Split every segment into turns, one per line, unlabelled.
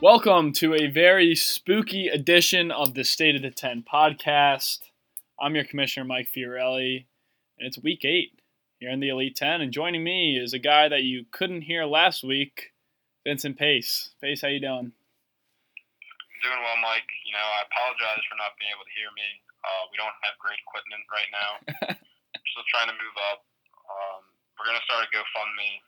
Welcome to a very spooky edition of the State of the Ten podcast. I'm your commissioner, Mike Fiorelli, and it's week eight here in the Elite Ten. And joining me is a guy that you couldn't hear last week, Vincent Pace. Pace, how you doing?
Doing well, Mike. You know, I apologize for not being able to hear me. Uh, we don't have great equipment right now. We're still trying to move up. Um, we're gonna start a GoFundMe.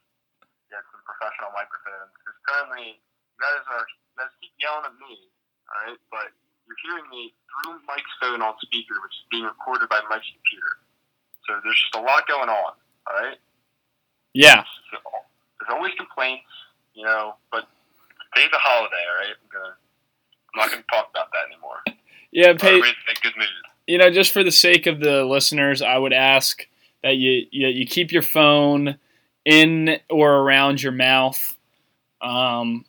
Get some professional microphones. Because currently, you guys are you guys keep yelling at me, all right? But you're hearing me through Mike's phone on speaker, which is being recorded by Mike's computer. So there's just a lot going on, all right?
Yeah,
So, there's always complaints, you know. But today's a holiday, all right? I'm gonna. I'm not gonna talk about that anymore.
yeah, Pace.
Everybody's in good mood.
you know, just for the sake of the listeners, I would ask that you you, you keep your phone in or around your mouth. Um,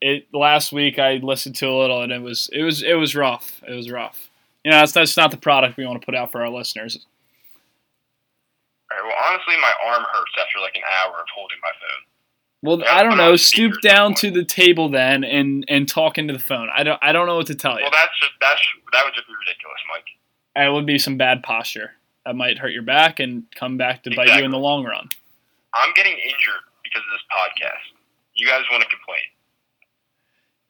it last week I listened to a little and it was it was it was rough. It was rough. You know, that's that's not the product we want to put out for our listeners.
All right, well, honestly, my arm hurts after like an hour of holding my phone.
Well, I don't know. Stoop down to the table then and and talk into the phone. I don't I don't know what to tell you.
Well, that's just, that's just, that would just be ridiculous, Mike.
That would be some bad posture. That might hurt your back and come back to bite you in the long run.
I'm getting injured because of this podcast. You guys want to complain?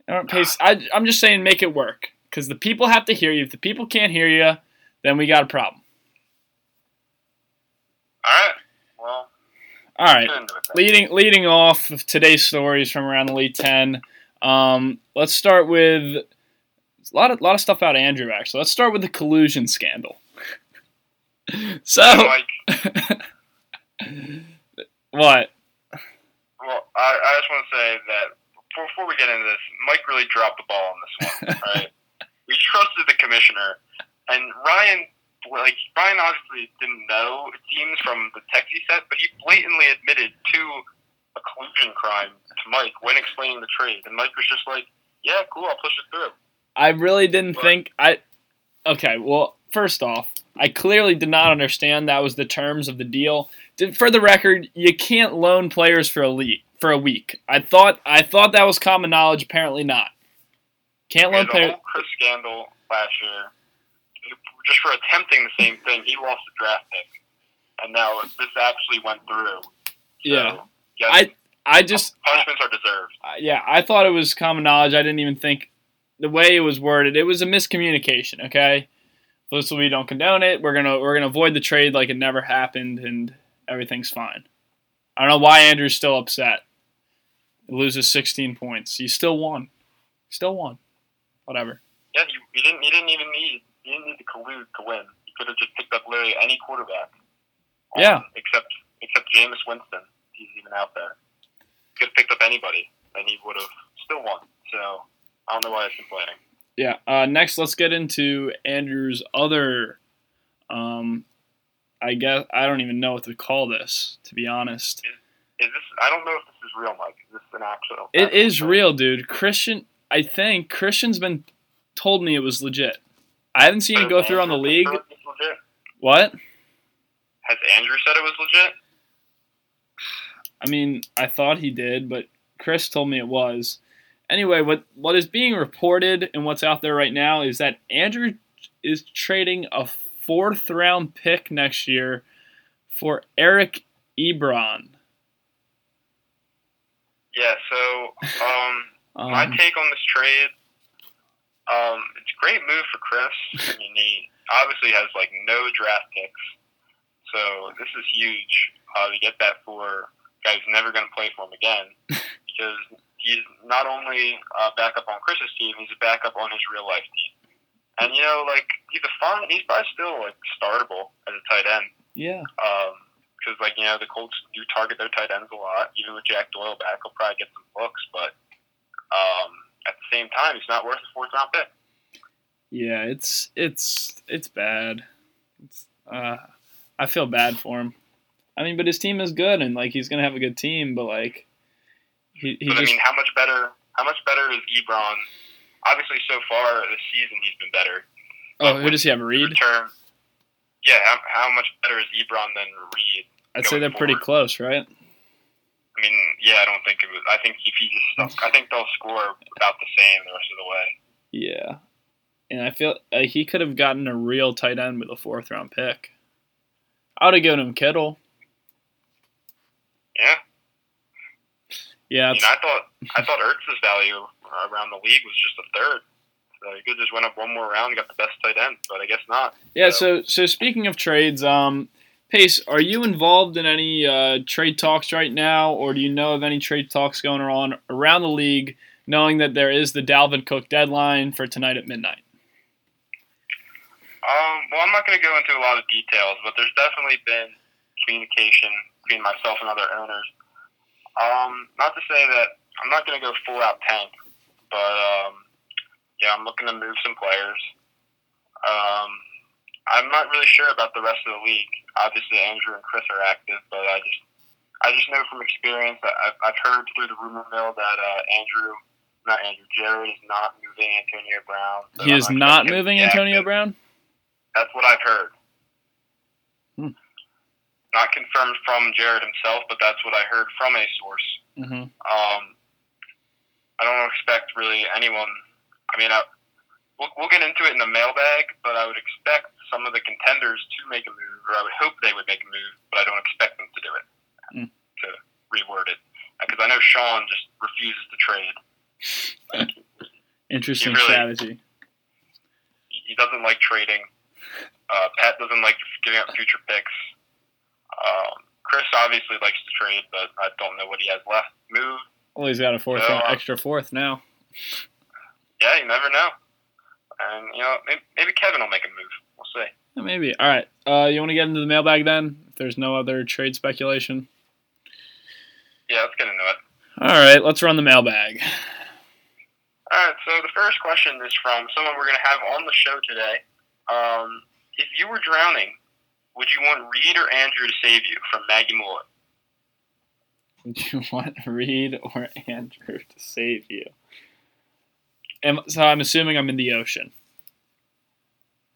All right, Pace. I, I'm just saying, make it work because the people have to hear you. If the people can't hear you, then we got a problem.
All right. Well,
All right.
get into it then.
Leading leading off of today's stories from around the league ten. Um, let's start with a lot of lot of stuff about Andrew. Actually, let's start with the collusion scandal. so
Mike.
what?
Well, I, I just want to say that before, before we get into this, Mike really dropped the ball on this one. all right, we trusted the commissioner, and Ryan, like Ryan, obviously didn't know it seems from the text he sent, but he blatantly admitted to a collusion crime to Mike when explaining the trade, and Mike was just like, "Yeah, cool, I'll push it through."
I really didn't
What?
think I. Okay, well, first off, I clearly did not understand that was the terms of the deal. Did- For the record, you can't loan players for a le- for a week. I thought I thought that was common knowledge. Apparently not. Can't
There's
loan
a
players.
whole Chris scandal last year just for attempting the same thing. He lost the draft pick, and now this actually went through. So,
Yeah,
yes,
I I just
punishments are deserved.
I- yeah I thought it was common knowledge. I didn't even think the way it was worded. It was a miscommunication. Okay, so this will we don't condone it. We're gonna we're gonna avoid the trade like it never happened, and everything's fine. I don't know why Andrew's still upset. He loses 16 points. He still won. Still won. Whatever.
Yeah, he, he didn't. He didn't even need. He didn't need to collude to win. He could have just picked up literally any quarterback. Um,
Yeah.
Except except Jameis Winston. He's even out there. He could have picked up anybody, and he would have still won. So I don't know why he's complaining.
Yeah. Uh, next, let's get into Andrew's other. Um, I guess I don't even know what to call this, to be honest.
Is this? I don't know if this is real, Mike. Is this an actual?
It is
actual-
real, dude. Christian, I think Christian's been told me it was legit. I haven't seen it go through on the league.
Has Andrew said it was legit?
What?
Has Andrew said it was legit?
I mean, I thought he did, but Chris told me it was. Anyway, what what is being reported and what's out there right now is that Andrew is trading a fourth round pick next year for Eric Ebron.
Yeah. So, um, My
Um,
take on this trade, um, it's a great move for Chris. I mean, he obviously has like no draft picks, so this is huge uh, to get that for a guy who's never going to play for him again because he's not only uh, back up on Chris's team, he's a backup on his real life team. And you know, like he's a fun, he's probably still like startable as a tight end
yeah,
because Um, like you know the Colts do target their tight ends a lot. Even with Jack Doyle back, he'll probably get some looks, but um, at the same time, he's not worth a fourth round pick.
yeah, it's it's it's bad. It's, uh, I feel bad for him. I mean, but his team is good, and like he's gonna have a good team, but like he, he
but I
just
mean, how much better? How much better is Ebron? Obviously, so far this season he's been better.
oh, who does he have? Reed?
Return, yeah. How, how much better is Ebron than Reed?
I'd say they're pretty close, right?
I mean, yeah, I don't think it was. I think if he just, stuck, I think they'll score about the same the rest of the way.
Yeah, and I feel uh, he could have gotten a real tight end with a fourth round pick. I would have given him Kittle.
Yeah,
Yeah,
you
it's-
know, I thought I thought Ertz's value around the league was just a third. So he could just went up one more round and got the best tight end, but I guess not.
yeah. So so speaking of trades, um, Pace, are you involved in any uh, trade talks right now, or do you know of any trade talks going on around the league? Knowing that there is the Dalvin Cook deadline for tonight at midnight.
Um, well, I'm not going to go into a lot of details, but there's definitely been communication between myself and other owners. Um, not to say that I'm not going to go full out tank, but um, yeah, I'm looking to move some players. Um, I'm not really sure about the rest of the league. Obviously, Andrew and Chris are active, but I just I just know from experience. I- I've, I've heard through the rumor mill that uh, Andrew, not Andrew, Jared is not moving Antonio Brown. so
He
I'm
is
sure
not
if he's
moving
active.
Antonio Brown.
That's what I've heard.
Hmm.
Not confirmed from Jared himself, but that's what I heard from a source.
hmm
Um, I don't expect really anyone. I mean, I, we'll, we'll get into it in the mailbag, but I would expect some of the contenders to make a move, or I would hope they would make a move, but I don't expect them to do it.
Hmm.
To reword it, because I know Sean just refuses to trade.
Interesting
He really-
strategy.
he he doesn't like trading. Uh, Pat doesn't like giving up future picks. Um, Chris obviously likes to trade, but I don't know what he has left. Move.
Well, he's got a fourth,
Yeah.
round, extra fourth now.
Yeah, you never know. And you know, maybe, maybe Kevin will make a move. We'll see.
Yeah, Maybe. All right. Uh, you want to get into the mailbag then? If there's no other trade speculation.
Yeah, let's get into it.
All right. Let's run the mailbag.
All right. So the first question is from someone we're going to have on the show today. Um, if you were drowning, would you want Reed or Andrew to save you from Maggie Mullet?
Would you want Reed or Andrew to save you? Am, so I'm assuming I'm in the ocean.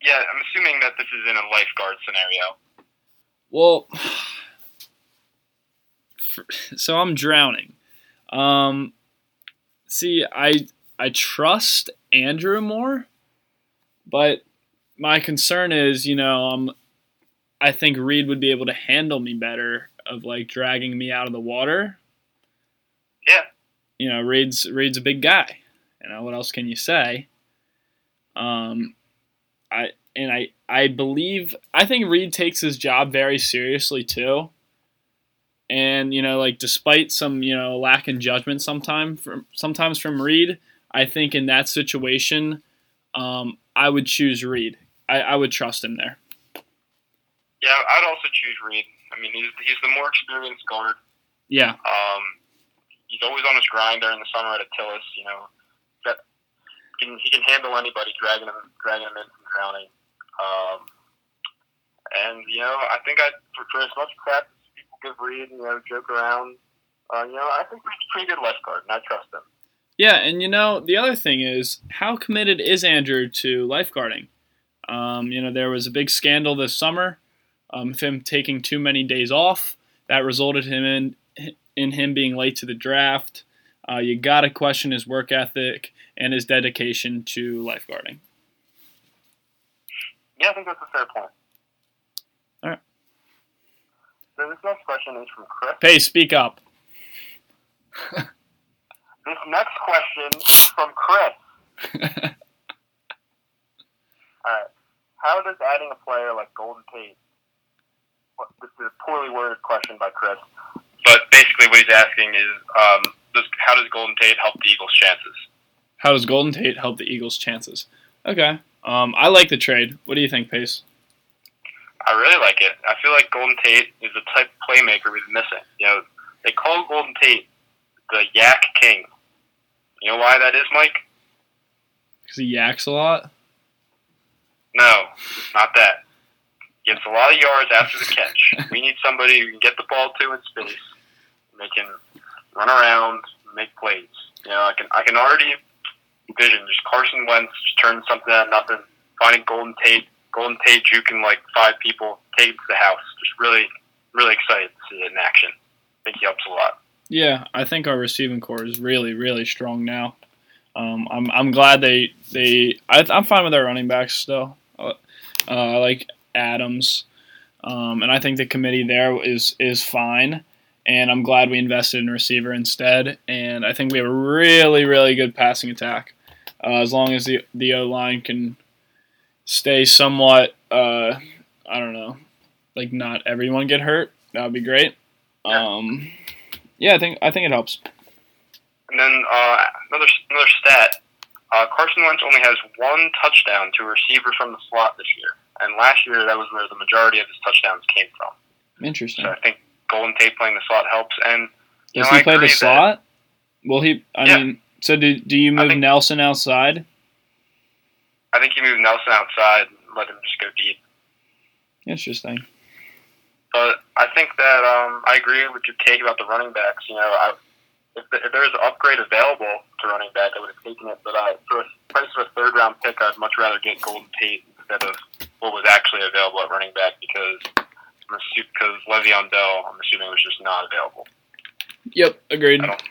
Yeah, I'm assuming that this is in a lifeguard scenario.
Well, so I'm drowning. Um, see, I I trust Andrew more, but my concern is, you know, um, I think Reed would be able to handle me better of like dragging me out of the water.
Yeah.
You know, Reed's Reed's a big guy. You know, what else can you say? Um, I and I I believe I think Reed takes his job very seriously too. And you know, like despite some you know lack in judgment sometimes from sometimes from Reed, I think in that situation, um, I would choose Reed. I, I would trust him there.
Yeah, I'd also choose Reed. I mean, he's, he's the more experienced guard.
Yeah,
Um, he's always on his grind during the summer at Attilis. You know, that can, he can handle anybody, dragging him, dragging him in from drowning. Um, and you know, I think I for, for as much crap as people give Reed, you know, joke around. Uh, you know, I think Reed's a pretty good left guard, and I trust him.
yeah, and you know the other thing is how committed is Andrew to lifeguarding? Um, you know there was a big scandal this summer, um, of him taking too many days off that resulted him in in him being late to the draft. Uh, you gotta question his work ethic and his dedication to lifeguarding.
Yeah, I think that's a fair point.
All right.
So this next question is from Chris.
Pay, speak up.
This next question is from Chris. Alright. How does adding a player like Golden Tate what- this is a poorly worded question by Chris. But basically what he's asking is um, does, how does Golden Tate help the Eagles' chances?
How does Golden Tate help the Eagles' chances? Okay. Um, I like the trade. What do you think, Pace?
I really like it. I feel like Golden Tate is the type of playmaker we've been missing. You know, they call Golden Tate the Yak King. You know why that is, Mike?
Because he yaks a lot.
No, not that. Gets a lot of yards after the catch. We need somebody who can get the ball to in space. and They can run around, make plays. You know, I can I can already envision just Carson Wentz just turning something out of nothing, finding Golden Tate, Golden Tate juking like five people, take it to the house. Just really, really excited to see it in action. I think he helps a lot.
Yeah, I think our receiving core is really, really strong now. Um, I'm, I'm glad they they I, I'm fine with our running backs still. Uh, I like Adams, um, and I think the committee there is is fine. And I'm glad we invested in receiver instead. And I think we have a really, really good passing attack. Uh, as long as the the O line can stay somewhat, uh, I don't know, like not everyone get hurt, that would be great. Um, yeah, I think I think it helps.
And then uh, another another stat: uh, Carson Wentz only has one touchdown to a receiver from the slot this year, and last year that was where the majority of his touchdowns came from.
Interesting.
So I think Golden Tate playing the slot helps. And you
Does
know,
he
I
play the
agree that-
slot? Will he? I
Yeah.
mean, so do do you
I
move
think-
Nelson outside?
I think you move Nelson outside, and let him just go deep.
Interesting.
But I think that um, I agree with your take about the running backs. You know, I, if, th if there was an upgrade available to running back, I would have taken it. But I, for the price of a third round pick, I'd much rather get Golden Tate instead of what was actually available at running back because I'm assu- because Le'Veon Bell, I'm assuming, was just not available.
Yep, agreed.
I don't-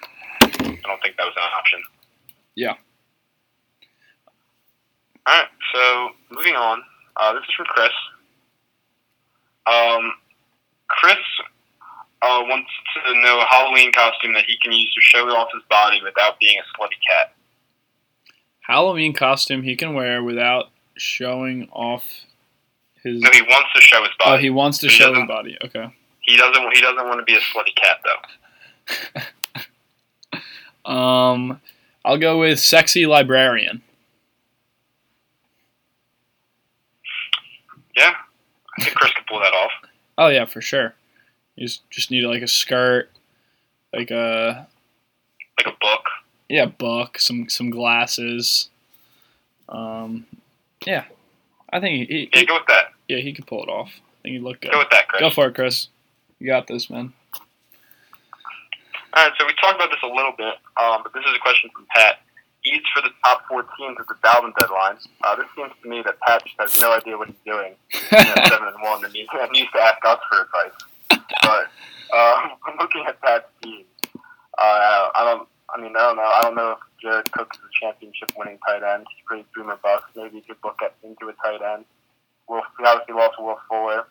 I don't think that was an option.
Yeah.
All right. So moving on. Uh, this is from Chris. Um, Chris uh, wants to know a Halloween costume that he can use to show off his body without being a slutty cat.
Halloween costume he can wear without showing off his.
So he wants to show his
Oh,
body.
he wants to
He
show his
doesn't-
body. Okay.
he doesn't. He doesn't want to be a slutty cat though.
Um, I'll go with sexy librarian.
Yeah. I think Chris could pull that off.
Oh yeah, for sure. You just, just need like a skirt, like a
Like a book.
yeah book, some some glasses. Um, yeah, I think he,
Yeah.
he
Go with that.
yeah he could pull it off. I think he'd look good.
Go with that, Chris.
Go for it, Chris. You got this, man.
All right, so we talked about this a little bit, um, but this is a question from Pat. Eats for the top four teams at the Dalvin deadline. Uh, this seems to me that Pat just has no idea what he's doing. You know, seven and one, and he and he needs to ask us for advice. But uh, I'm looking at Pat's team. Uh, I don't. I mean, I don't know. I don't know if Jared Cook is a championship-winning tight end. He's pretty boom or bust. Maybe he could look at into a tight end. Will he obviously lost Will Fuller.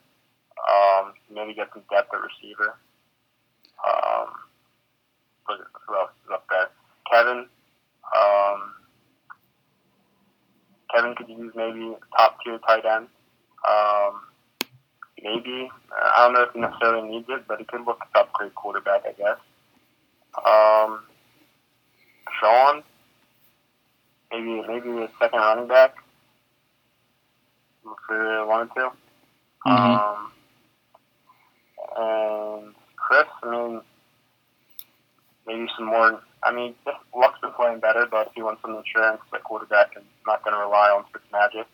Um, maybe get some depth at receiver. Um, what, who else is up there? Kevin. Um, Kevin could use maybe top tier tight end. Um, maybe uh, I don't know if he necessarily needs it, but he could look at upgrade quarterback, I guess. Um, Sean. Maybe maybe a second running back. If we really wanted to.
Mhm.
Um, and Chris, I mean, maybe some more. I mean, just Luck's been playing better, but if he wants some insurance at quarterback, and not going to rely on Fitz Magic.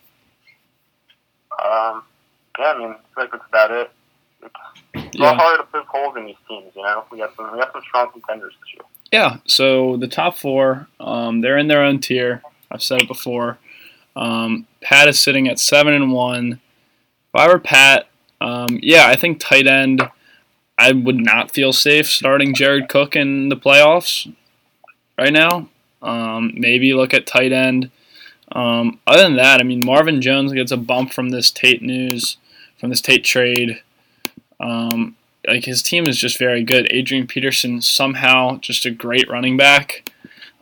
Um, yeah, I mean, I feel like that's about it. It's not
Yeah,
hard to poke holes in these teams, you know. We got some, we got some strong contenders this year.
yeah. So the top four, um, they're in their own tier. I've said it before. Um, Pat is sitting at seven and one. If I were Pat, um, yeah, I think tight end. I would not feel safe starting Jared Cook in the playoffs right now. Um, maybe look at tight end. Um, other than that, I mean, Marvin Jones gets a bump from this Tate news, from this Tate trade. Um, like his team is just very good. Adrian Peterson somehow just a great running back.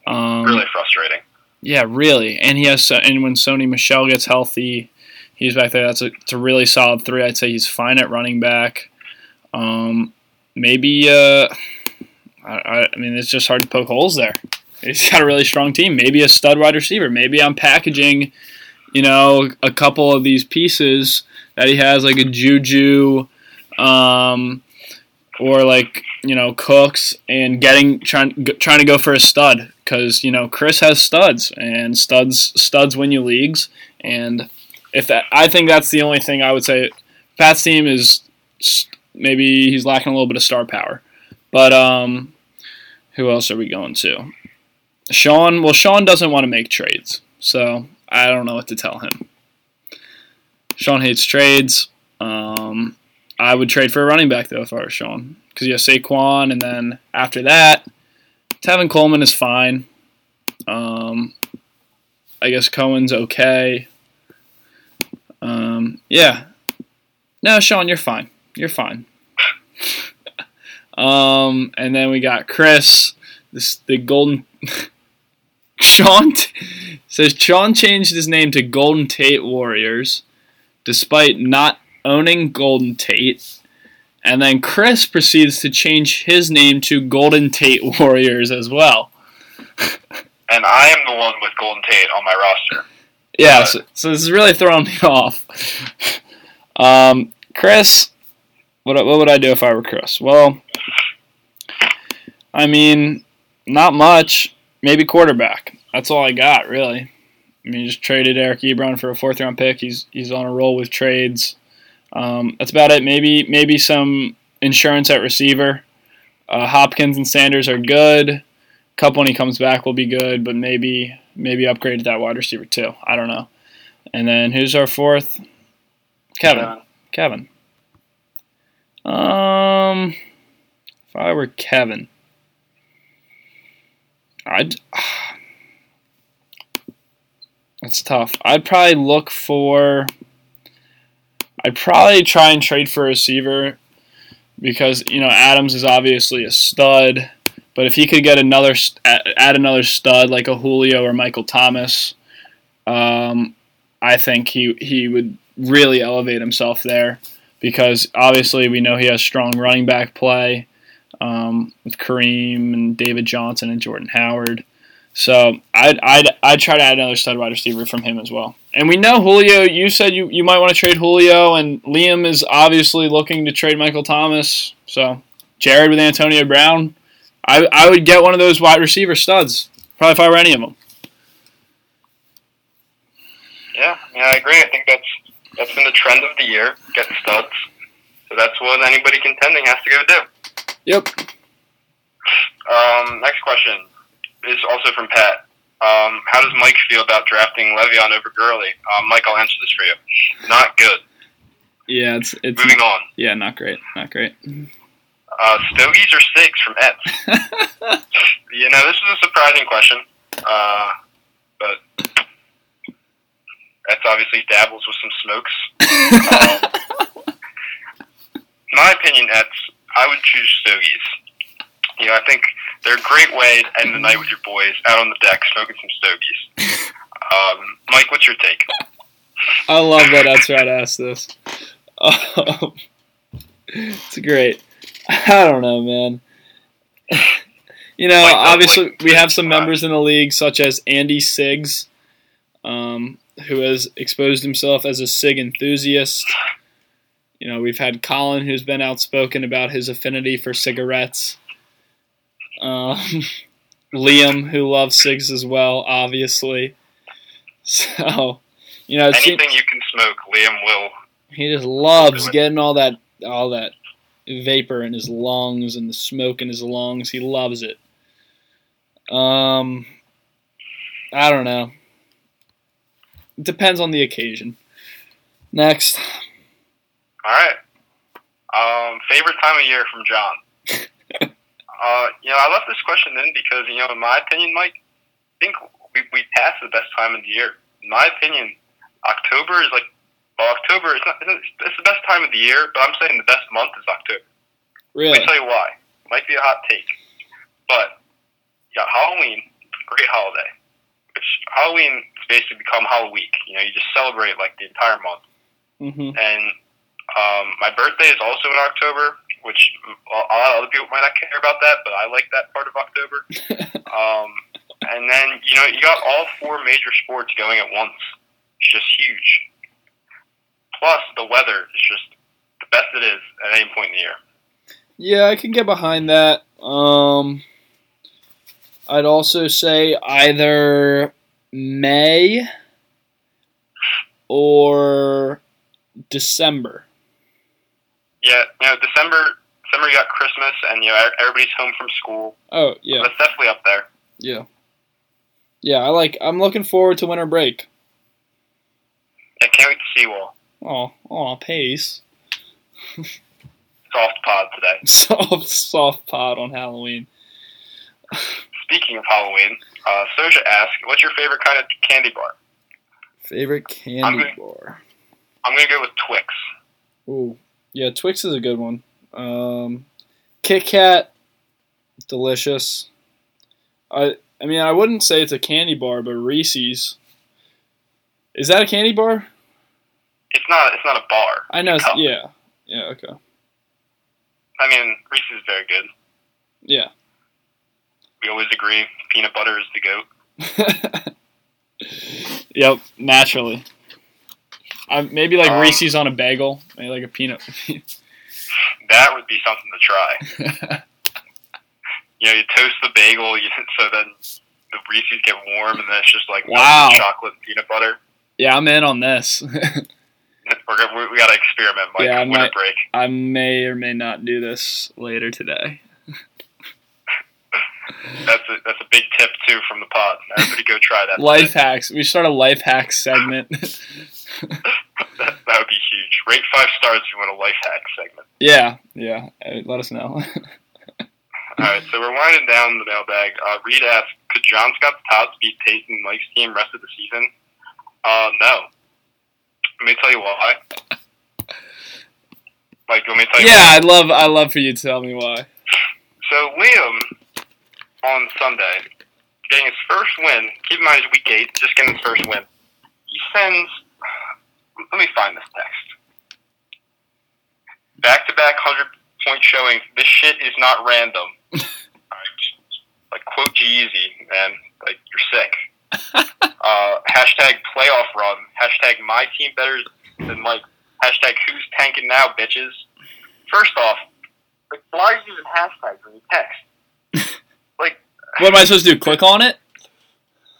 Um,
Really frustrating.
yeah, really. And he has, and when Sony Michelle gets healthy, he's back there. That's a, it's a really solid three. I'd say he's fine at running back. Um, maybe, uh, I, I- I mean, it's just hard to poke holes there. He's got a really strong team. Maybe a stud wide receiver. Maybe I'm packaging, you know, a couple of these pieces that he has, like a Juju, um, or like you know Cooks, and getting trying g- trying to go for a stud because you know Chris has studs, and studs studs win you leagues. And if that, I think that's the only thing I would say. Pat's team is s- maybe he's lacking a little bit of star power, but um, who else are we going to? Sean. Well, Sean doesn't want to make trades, so I don't know what to tell him. Sean hates trades. Um, I would trade for a running back though if I were Sean, 'cause because you have Saquon, and then after that, Tevin Coleman is fine. Um, I guess Cohen's okay. Um, yeah. No, Sean, you're fine. You're fine. um, and then we got Chris, this the golden. Sean t- says Sean changed his name to Golden Tate Warriors, despite not owning Golden Tate. And then Chris proceeds to change his name to Golden Tate Warriors as well.
And I am the one with Golden Tate on my roster.
Yeah, so, so this is really throwing me off. Um, Chris, what what would I do if I were Chris? Well, I mean, not much. Maybe quarterback. That's all I got really. I mean, just traded Eric Ebron for a fourth round pick. He's he's on a roll with trades. Um, that's about it. Maybe maybe some insurance at receiver. Uh, Hopkins and Sanders are good. Cup when he comes back will be good, but maybe maybe upgrade at that wide receiver too. I don't know. And then who's our fourth? Kevin. Kevin. Um, if I were Kevin, I'd. That's tough. I'd probably look for. I'd probably try and trade for a receiver because you know Adams is obviously a stud, but if he could get another st- add another stud like a Julio or Michael Thomas, um, I think he he would really elevate himself there because obviously we know he has strong running back play um, with Kareem and David Johnson and Jordan Howard. So I'd, I'd, I'd try to add another stud wide receiver from him as well. And we know Julio, you said you, you might want to trade Julio, and Liam is obviously looking to trade Michael Thomas. So Jared with Antonio Brown, I, I would get one of those wide receiver studs, probably if I were any of them.
Yeah, I mean, I agree. I think that's that's been the trend of the year. Get studs. So that's what anybody contending has to go do.
Yep.
Um, next question is also from Pat. Um, how does Mike feel about drafting Le'Veon over Gurley? Um, Mike, I'll answer this for you. Not good.
Yeah, it's it's
Moving on.
yeah, not great, not great.
Uh, stogies or sticks from Epps? You know, this is a surprising question, uh, but that's obviously dabbles with some smokes. My opinion, that's I would choose stogies. You know, I think they're a great way to end the night with your boys out on the deck smoking some stogies. Um, Mike, what's your take?
I love that. That's right. I asked this. Um, it's great. I don't know, man. you know,
Like, uh,
obviously
like-
we have some members in the league, such as Andy Siggs, um, who has exposed himself as a Sig enthusiast. You know, we've had Colin, who's been outspoken about his affinity for cigarettes. Um, Liam, who loves Sigs as well, obviously. So, you know, it seems-
Anything you can smoke, Liam will.
he just loves
Doing-
getting all that all that vapor in his lungs and the smoke in his lungs. He loves it. Um I don't know. It depends on the occasion. Next.
All right. Um, favorite time of year from John. uh, you know, I left this question in because you know, in my opinion, Mike, I think we we passed the best time of the year. In my opinion, October is like well, October. It's not. It's it's the best time of the year, but I'm saying the best month is October. Let
Really?
me tell you why. Might be a hot take, but you got Halloween, great holiday. Which Halloween has basically become Halloween. You know, you just celebrate like the entire month
Mm-hmm.
and um, my birthday is also in October, which a a lot of other people might not care about that, but I like that part of October. um, and then you know you got all four major sports going at once. It's just huge. Plus the weather is just the best it is at any point in the year.
Yeah, I can get behind that. Um I'd also say either May or December.
Yeah, you know December. December you got Christmas, and you know e- everybody's home from school.
Oh, yeah.
That's definitely up there.
Yeah. Yeah, I like I'm looking forward to winter break.
I can't wait to see you all.
Oh, oh, pace.
Soft pod today.
Soft, soft pod on Halloween.
Speaking of Halloween, uh, Soja asked, "What's your favorite kind of candy bar?"
Favorite candy
I'm
bar.
I'm gonna go with Twix.
Ooh, yeah, Twix is a good one. Um, Kit Kat, delicious. I I mean, I wouldn't say it's a candy bar, but Reese's. Is that a candy bar?
It's not. It's not a bar.
I know. it's-
Cup.
Yeah. Yeah. Okay.
I mean, Reese's is very good.
Yeah.
We always agree. Peanut butter is the goat.
yep. Naturally. I, maybe like
Um,
Reese's on a bagel, maybe like a peanut.
That would be something to try. You know, you toast the bagel, you, so then the Reese's get warm, and then it's just like melted
Wow.
chocolate and peanut butter.
yeah, I'm in on this.
We're gonna, we, we gotta experiment, Mike.
Yeah, I
winter
might-
break.
I may or may not do this later today.
That's a, that's a big tip too from the pod. Everybody go try that.
Life hacks. We start a life hack segment.
that, that would be huge. Rate five stars if you want a life hack segment.
yeah. Yeah. uh, Let us know.
All right, so we're winding down the mailbag. Uh, Reed asked, "Could John Scott Tots be tasting Mike's team rest of the season?" Uh, no. Let me tell you why. Mike, you want me to tell you?
yeah, I love. I love for you to tell me why.
So Liam on Sunday, getting his first win. Keep in mind, it's week eight, just getting his first win. He sends. Let me find this text. Back to back hundred point showing. This shit is not random. like quote G Easy, man. Like you're sick. uh, hashtag playoff run. Hashtag my team better than Mike. Hashtag who's tanking now, bitches. First off, like why are you using hashtags when you text?
What am I supposed to do? Click on it?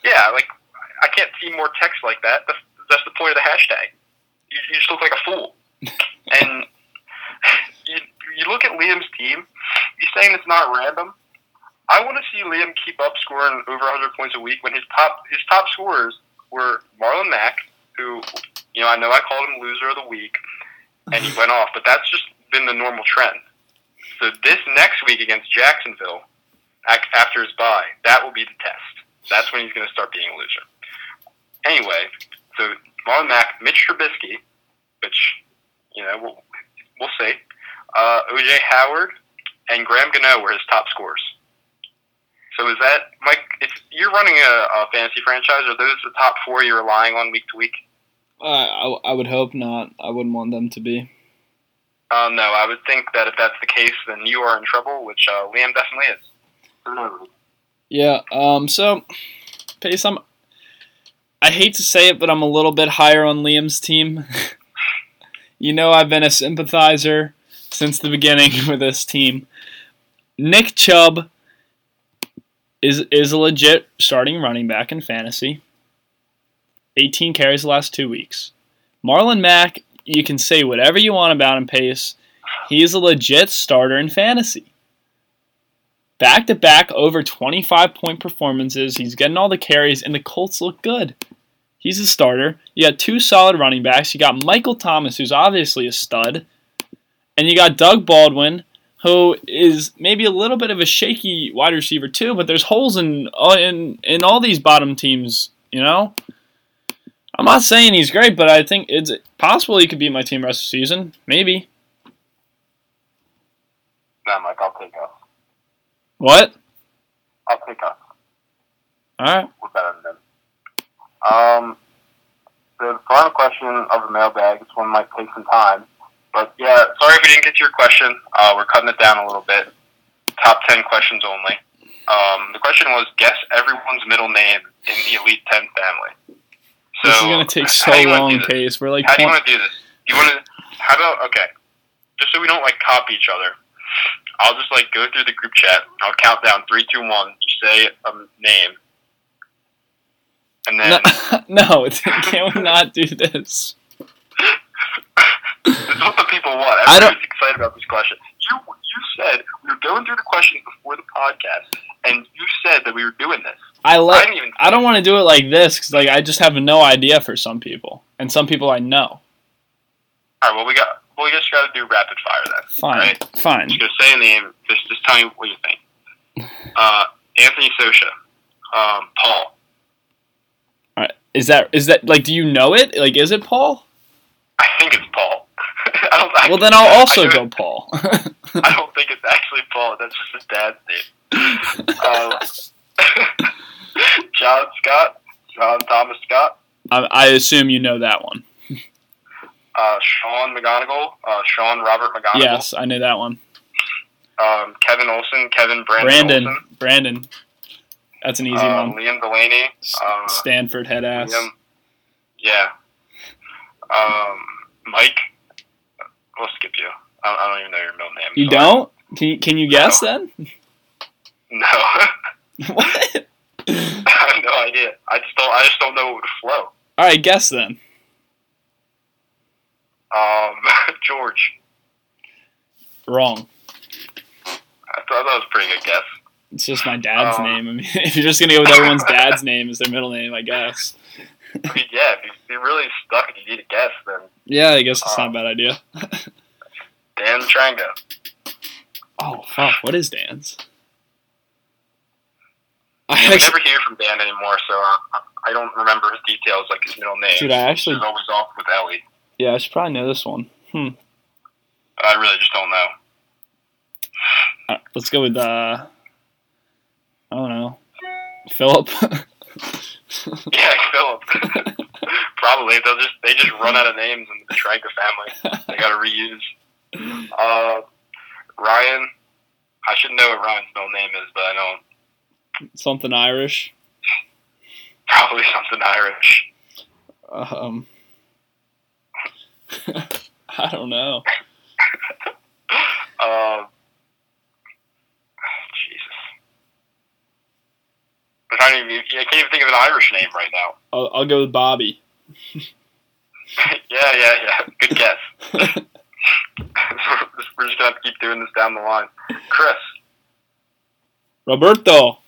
Yeah, like I can't see more text like that. That's, that's the point of the hashtag. You, you just look like a fool. and you, you look at Liam's team. You're saying it's not random. I want to see Liam keep up scoring over 100 points a week when his top his top scorers were Marlon Mack, who you know I know I called him loser of the week, and he went off. But that's just been the normal trend. So this next week against Jacksonville, ac- after his bye, that will be the test. That's when he's going to start being a loser. Anyway, so Marlon Mack, Mitch Trubisky, which, you know, we'll, we'll see, uh, O.J. Howard, and Graham Gano were his top scorers. So is that, Mike, if you're running a, a fantasy franchise, are those the top four you're relying on week to week?
Uh, I, I would hope not. I wouldn't want them to be.
Uh, no, I would think that if that's the case, then you are in trouble, which uh, Liam definitely is.
Yeah. Um. So, Pace, I'm. I hate to say it, but I'm a little bit higher on Liam's team. you know, I've been a sympathizer since the beginning with this team. Nick Chubb is is a legit starting running back in fantasy. 18 carries the last two weeks. Marlon Mack, you can say whatever you want about him, Pace. He's a legit starter in fantasy back to back over 25 point performances. He's getting all the carries, and the Colts look good. He's a starter. You got two solid running backs. You got Michael Thomas, who's obviously a stud, and you got Doug Baldwin, who is maybe a little bit of a shaky wide receiver too. But there's holes in all- in in all these bottom teams. You know, I'm not saying he's great, but I think it's possible he could be my team rest of the season. Maybe
No, Mike, I'll take us.
what?
I'll take us.
All right.
we're better than them. Um, the final question of the mailbag, this one might take some time. But yeah, sorry if we didn't get to your question. Uh, we're cutting it down a little bit. Top 10 questions only. Um, the question was guess everyone's middle name in the Elite 10 family. So,
this is gonna take so
how do you wanna do
long,
this?
Pace. We're like
How do you
twen-
want to do this? You want to? How about okay? Just so we don't like copy each other, I'll just like go through the group chat. I'll count down three, two, one. You say a name, and then
No, no, it's, can we not do this?
this is what the people want.
I don't-
Everybody's excited about this question. You you said we were going through the questions before the podcast, and you said that we were doing this.
I
I
like.
didn't even.
I don't want to do it like this because like I just have no idea for some people, and some people I know.
All right, well we got. Well, we just got to do rapid fire then.
Fine.
Right.
Fine.
I'm just gonna say a name. Just just tell me what you think. Uh, Anthony Sosha, um, Paul.
Is that is that like do you know it? Like is it Paul?
I think it's Paul. I don't, I,
Well then I'll
I
also
don't-
go Paul.
I don't think it's actually Paul. That's just his dad's name. um, John Scott, John Thomas Scott,
I, I assume you know that one.
uh, Sean McGonigal, uh, Sean Robert McGonigal,
Yes, I knew that one.
um, Kevin Olson, Kevin Brandon,
Brandon.
Olson,
Brandon. That's an easy
uh,
one.
Liam Delaney,
S-
uh,
Stanford head ass.
Liam, yeah, um, Mike. We'll skip you. I, I don't even know your middle name.
You
so-
don't? Can you, can you guess then?
No, I
what?
have no idea. I just don't. I just don't know what would flow.
All right, guess then.
Um, George.
Wrong.
I thought that was a pretty good guess.
It's just my dad's
Oh.
name. I mean, if you're just gonna go with everyone's dad's name as their middle name, I guess.
I mean, yeah, if you- if you're really stuck and you need a guess, then
Yeah, I guess it's not a bad idea.
Dan Trango.
Oh fuck, what is Dan's? I
You
actually,
never hear from Dan anymore, so uh, I don't remember his details, like his middle name.
dude, I actually,
He's always off with Ellie,
yeah, I should probably know this one. Hmm.
but I really just don't know.
Uh, let's go with uh, I don't know, Philip.
Yeah, Philip. Probably they'll just they just run out of names in the Trango family. They got to reuse. Uh, Ryan. I should know what Ryan's middle name is, but I don't.
Something Irish.
Probably something Irish.
Um, I don't know.
Um, Jesus. I'm trying to, I can't even think of an Irish name right now.
I'll, I'll go with Bobby.
yeah, yeah, yeah. Good guess. We're just gonna have to keep doing this down the line. Chris,
Roberto.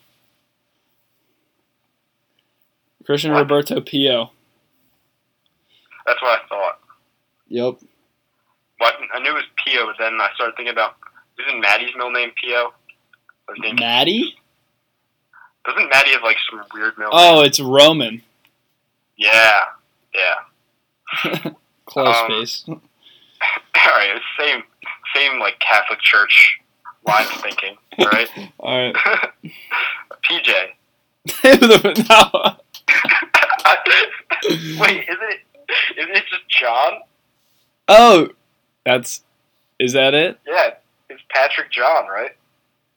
Christian
What?
Roberto Pio.
that's what I thought.
Yep.
Well, I didn't- I knew it was Pio, but then I started thinking about isn't Maddie's middle name Pio? I think
Maddie.
doesn't Maddie have like some weird middle? name?
Oh, it's Roman.
Yeah, yeah.
Close
Um,
face.
All right, it's same, same like Catholic Church line of thinking, right?
All right.
PJ.
no.
Wait, is it is it just John?
Oh, that's. Is that it?
Yeah, it's Patrick John, right?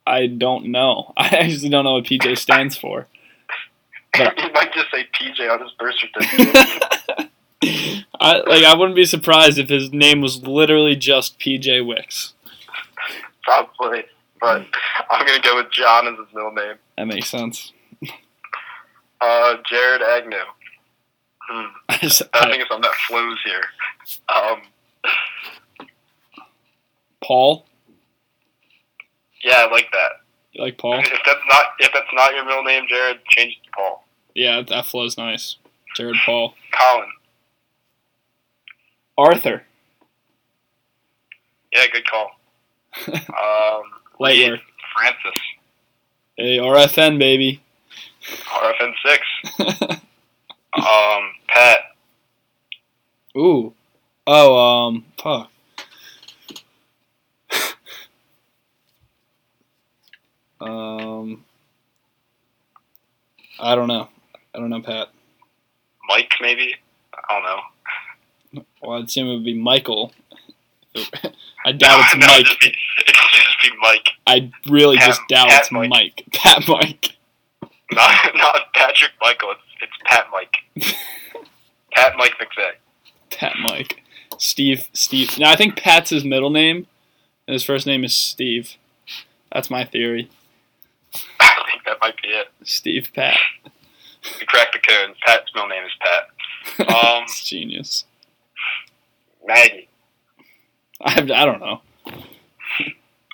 I don't know. I actually don't know what PJ stands for. But-
he might just say PJ on his birth certificate.
I like. I wouldn't be surprised if his name was literally just PJ Wicks.
Probably. But I'm gonna go with John as his middle name.
That makes sense.
Uh Jared Agnew. Hmm.
I just-
I
I-
think it's on that flows here. Um
Paul.
yeah, I like that.
You like Paul?
If that's not if that's not your middle name, Jared, change it to Paul.
Yeah, that flows nice. Jared Paul.
Colin.
Arthur.
Yeah, good call. Um
Light work.
Francis.
Hey, RFN baby.
RFN six. Um Pat.
Ooh. Oh, um, fuck. um, I don't know. I don't know, Pat.
Mike, maybe? I don't know.
Well, I'd assume it would be Michael. I doubt it's
No,
Mike.
it'd just be, it'd just be Mike,
I really
Pat-
just doubt
Pat
it's
Mike.
Mike. Pat Mike.
not, not Patrick Michael. It's, it's Pat Mike. Pat Mike McVeigh.
Pat Mike. Steve. Steve. Now, I think Pat's his middle name, and his first name is Steve. That's my theory.
I think that might be it.
Steve Pat.
We cracked the code. Pat's middle name is Pat. Um,
It's genius.
Maggie.
I, have, I don't know.
Um,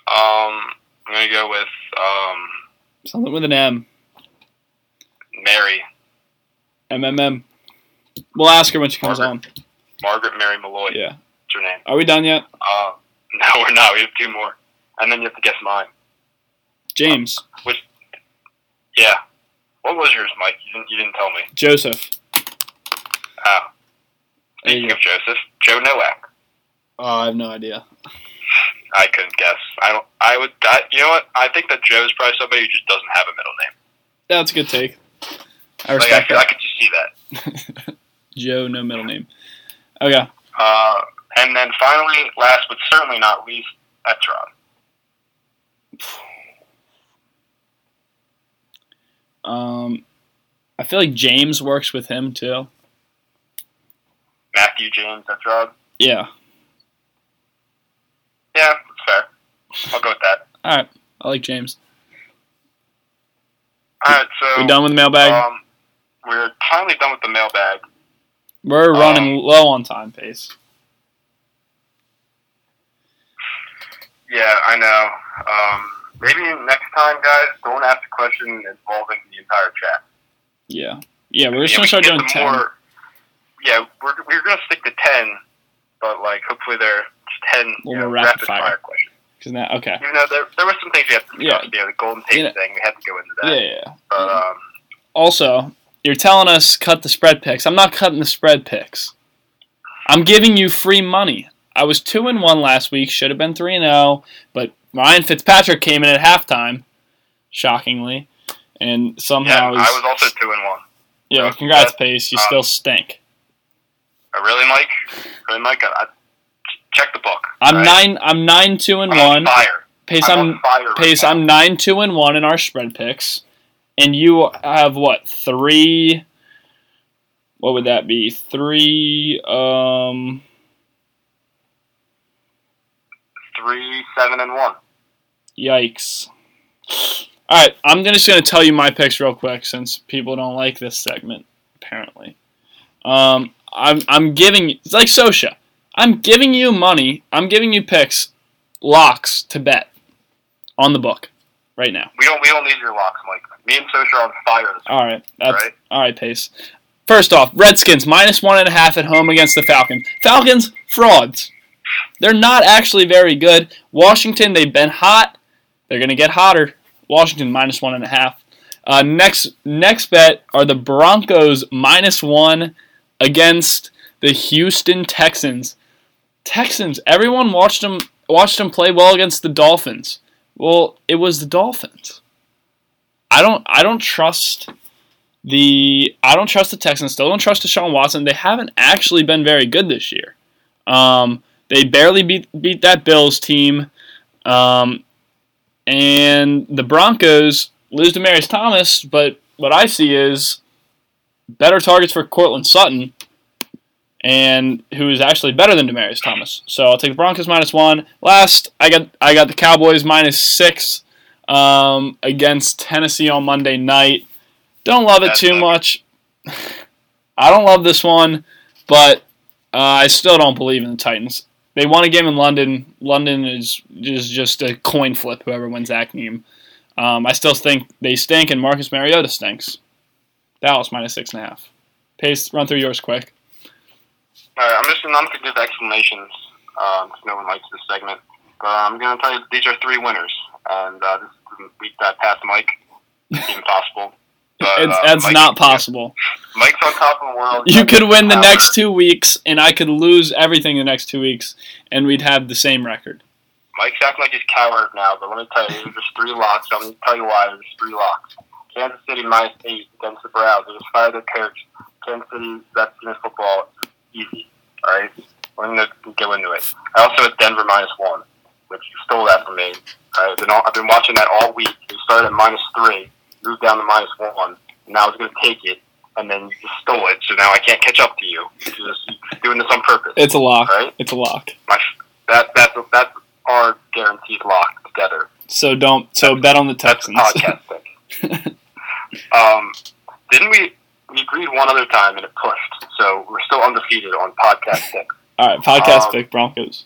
I'm gonna go with um
Something with an M.
Mary
MMM. We'll ask her when she comes
Margaret. Margaret Mary Malloy.
on. Yeah.
What's her name?
Are we done yet?
Uh, no, we're not. We have two more, and then you have to guess mine.
James.
Yeah. What was yours, Mike? You didn't. You didn't tell me.
Joseph.
Oh.
There you
Speaking of Joseph, Joe Nowak.
Oh, I have no idea.
I couldn't guess. I don't. I would. I, you know what? I think that Joe is probably somebody who just doesn't have a middle name.
That's a good take. I
Like I
respect
could, I could just see that.
that. Joe, no middle name. Okay.
Uh, and then finally, last but certainly not least, Etron.
Um, I feel like James works with him too.
Matthew James Etron.
Yeah.
Yeah, that's fair. I'll go with that.
All right. I like James.
All right. So
We done with the mailbag.
Um, we're finally done with the mailbag.
We're running
um,
low on time, pace.
Yeah, I know. Um, maybe next time, guys, don't ask a question involving the entire chat.
Yeah. Yeah. We're just
Yeah,
gonna
we
start
can
doing
get some
ten.
more- yeah, we're, we're gonna stick to ten, but like hopefully they're just ten
Well,
you know,
we're rapid
rapid
fire.
fire. questions.
Cause now, okay.
Even though there, there were some things we have to discuss.
Yeah.
Yeah, the Golden Tate
You know-
thing, we had to go into
Yeah,
that.
yeah. yeah.
But um,
Also, you're telling us cut the spread picks. I'm not cutting the spread picks. I'm giving you free money. I was two and one last week. Should have been three and zero, but Ryan Fitzpatrick came in at halftime, shockingly, and
yeah,
somehow
I
he's-
was also two and one.
Yeah,
Yeah,
congrats,
that-
Pace. You
um,
still stink.
I really, Mike, really, Mike, I, I check the book.
I'm
all right?
nine. I'm nine two and
I'm
one.
On fire.
Pace.
I'm,
I'm
on fire. right
Pace.
now.
I'm nine two and one in our spread picks, and you have what three? What would that be? Three. Um.
three, seven, and one.
Yikes. All right. I'm gonna- just gonna tell you my picks real quick since people don't like this segment apparently. Um. I'm I'm giving you it's like Sosha. I'm giving you money. I'm giving you picks, locks to bet on the book right now.
We don't. We don't need your locks, Mike. Me and Socha are on fire. This
All right.
week,
That's,
right?
All right, Pace. First off, Redskins minus one and a half at home against the Falcons. Falcons frauds. They're not actually very good. Washington, they've been hot. They're gonna get hotter. Washington minus one and a half. Uh, next next bet are the Broncos minus one against the Houston Texans. Texans. Everyone watched them watched them play well against the Dolphins. Well, it was the Dolphins. I don't I don't trust the I don't trust the Texans. Still don't trust Deshaun Watson. They haven't actually been very good this year. Um, they barely beat beat that Bills team, um, and the Broncos lose to Marius Thomas. But what I see is better targets for Cortland Sutton, and who is actually better than Demarius Thomas. So I'll take the Broncos minus one. Last, I got I got the Cowboys minus six um, against Tennessee on Monday night. Don't love it
That's
too
not-
much. I don't love this one, but uh, I still don't believe in the Titans. They won a game in London. London is is just a coin flip. Whoever wins that game, um, I still think they stink, and Marcus Mariota stinks. Dallas minus six and a half. Pace, run through yours quick.
All right. I'm just. I'm gonna give explanations. Um, 'cause no one likes this segment, but I'm gonna tell you these are three winners, and uh, this didn't beat that past Mike. It's impossible. But,
It's
uh,
that's
Mike- uh,
not possible.
Mike's on top of the world.
You could win the
However,
next two weeks, and I could lose everything the next two weeks, and we'd have the same record.
Mike's acting like he's coward now, but let me tell you, there's just three locks. I'm going to tell you why there's three locks. Kansas City minus eight against the Browns. They just fired their coach. Kansas City, that's in football. Easy. All right? We're going to go into it. I also had Denver minus one, which you stole that from me. I've been, I've been watching that all week. They started at minus three, moved down to minus one, and I was going to take it, and then you just stole it, so now I can't catch up to you. You're just doing this on purpose.
It's a lock.
Right.
It's a lock.
My, that that's that's our guaranteed lock together.
So don't. So bet on the
That's
Texans.
podcasting. um, didn't we? We agreed one other time and it pushed, so we're still undefeated on podcast pick.
All right, podcast
Um,
pick Broncos.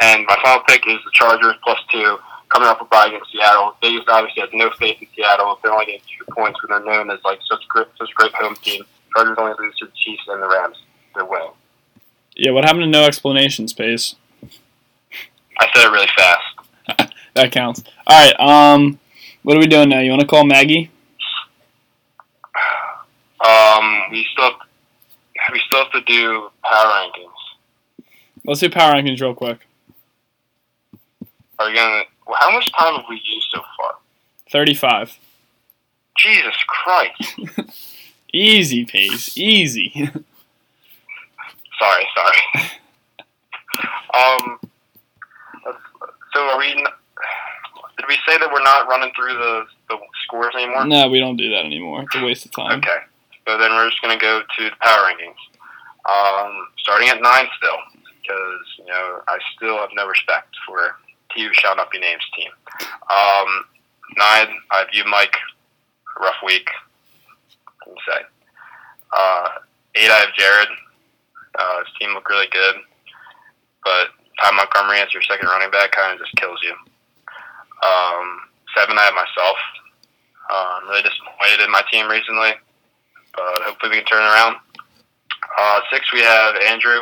And my final pick is the Chargers plus two coming off a bye against Seattle. Vegas obviously has no faith in Seattle. They're only getting two points when they're known as like such great, such great home team. Chargers only lose to the Chiefs and the Rams. They're winning.
Yeah, what happened to no explanations, Pace?
I said it really fast.
That counts. All right. Um, what are we doing now? You want to call Maggie?
Um, we still have, we still have to do power rankings.
Let's do power rankings real quick.
Are you gonna? well, How much time have we used so far?
Thirty-five.
Jesus Christ!
Easy, Pace. Easy.
Sorry, sorry. um, let's- so are we? n- Did we say that we're not running through the the scores anymore?
no, we don't do that anymore. It's a waste of time.
Okay. So then we're just going to go to the power rankings. Um, starting at nine still, because, you know, I still have no respect for He Who Shall Not Be Names team. Um, nine, I view Mike, rough week, what can you say. Uh, eight, I have Jared. Uh, his team looked really good, but Ty Montgomery as your second running back kind of just kills you. Um, seven, I have myself. Uh, I'm really disappointed in my team recently, but hopefully we can turn it around. Uh, six, we have Andrew,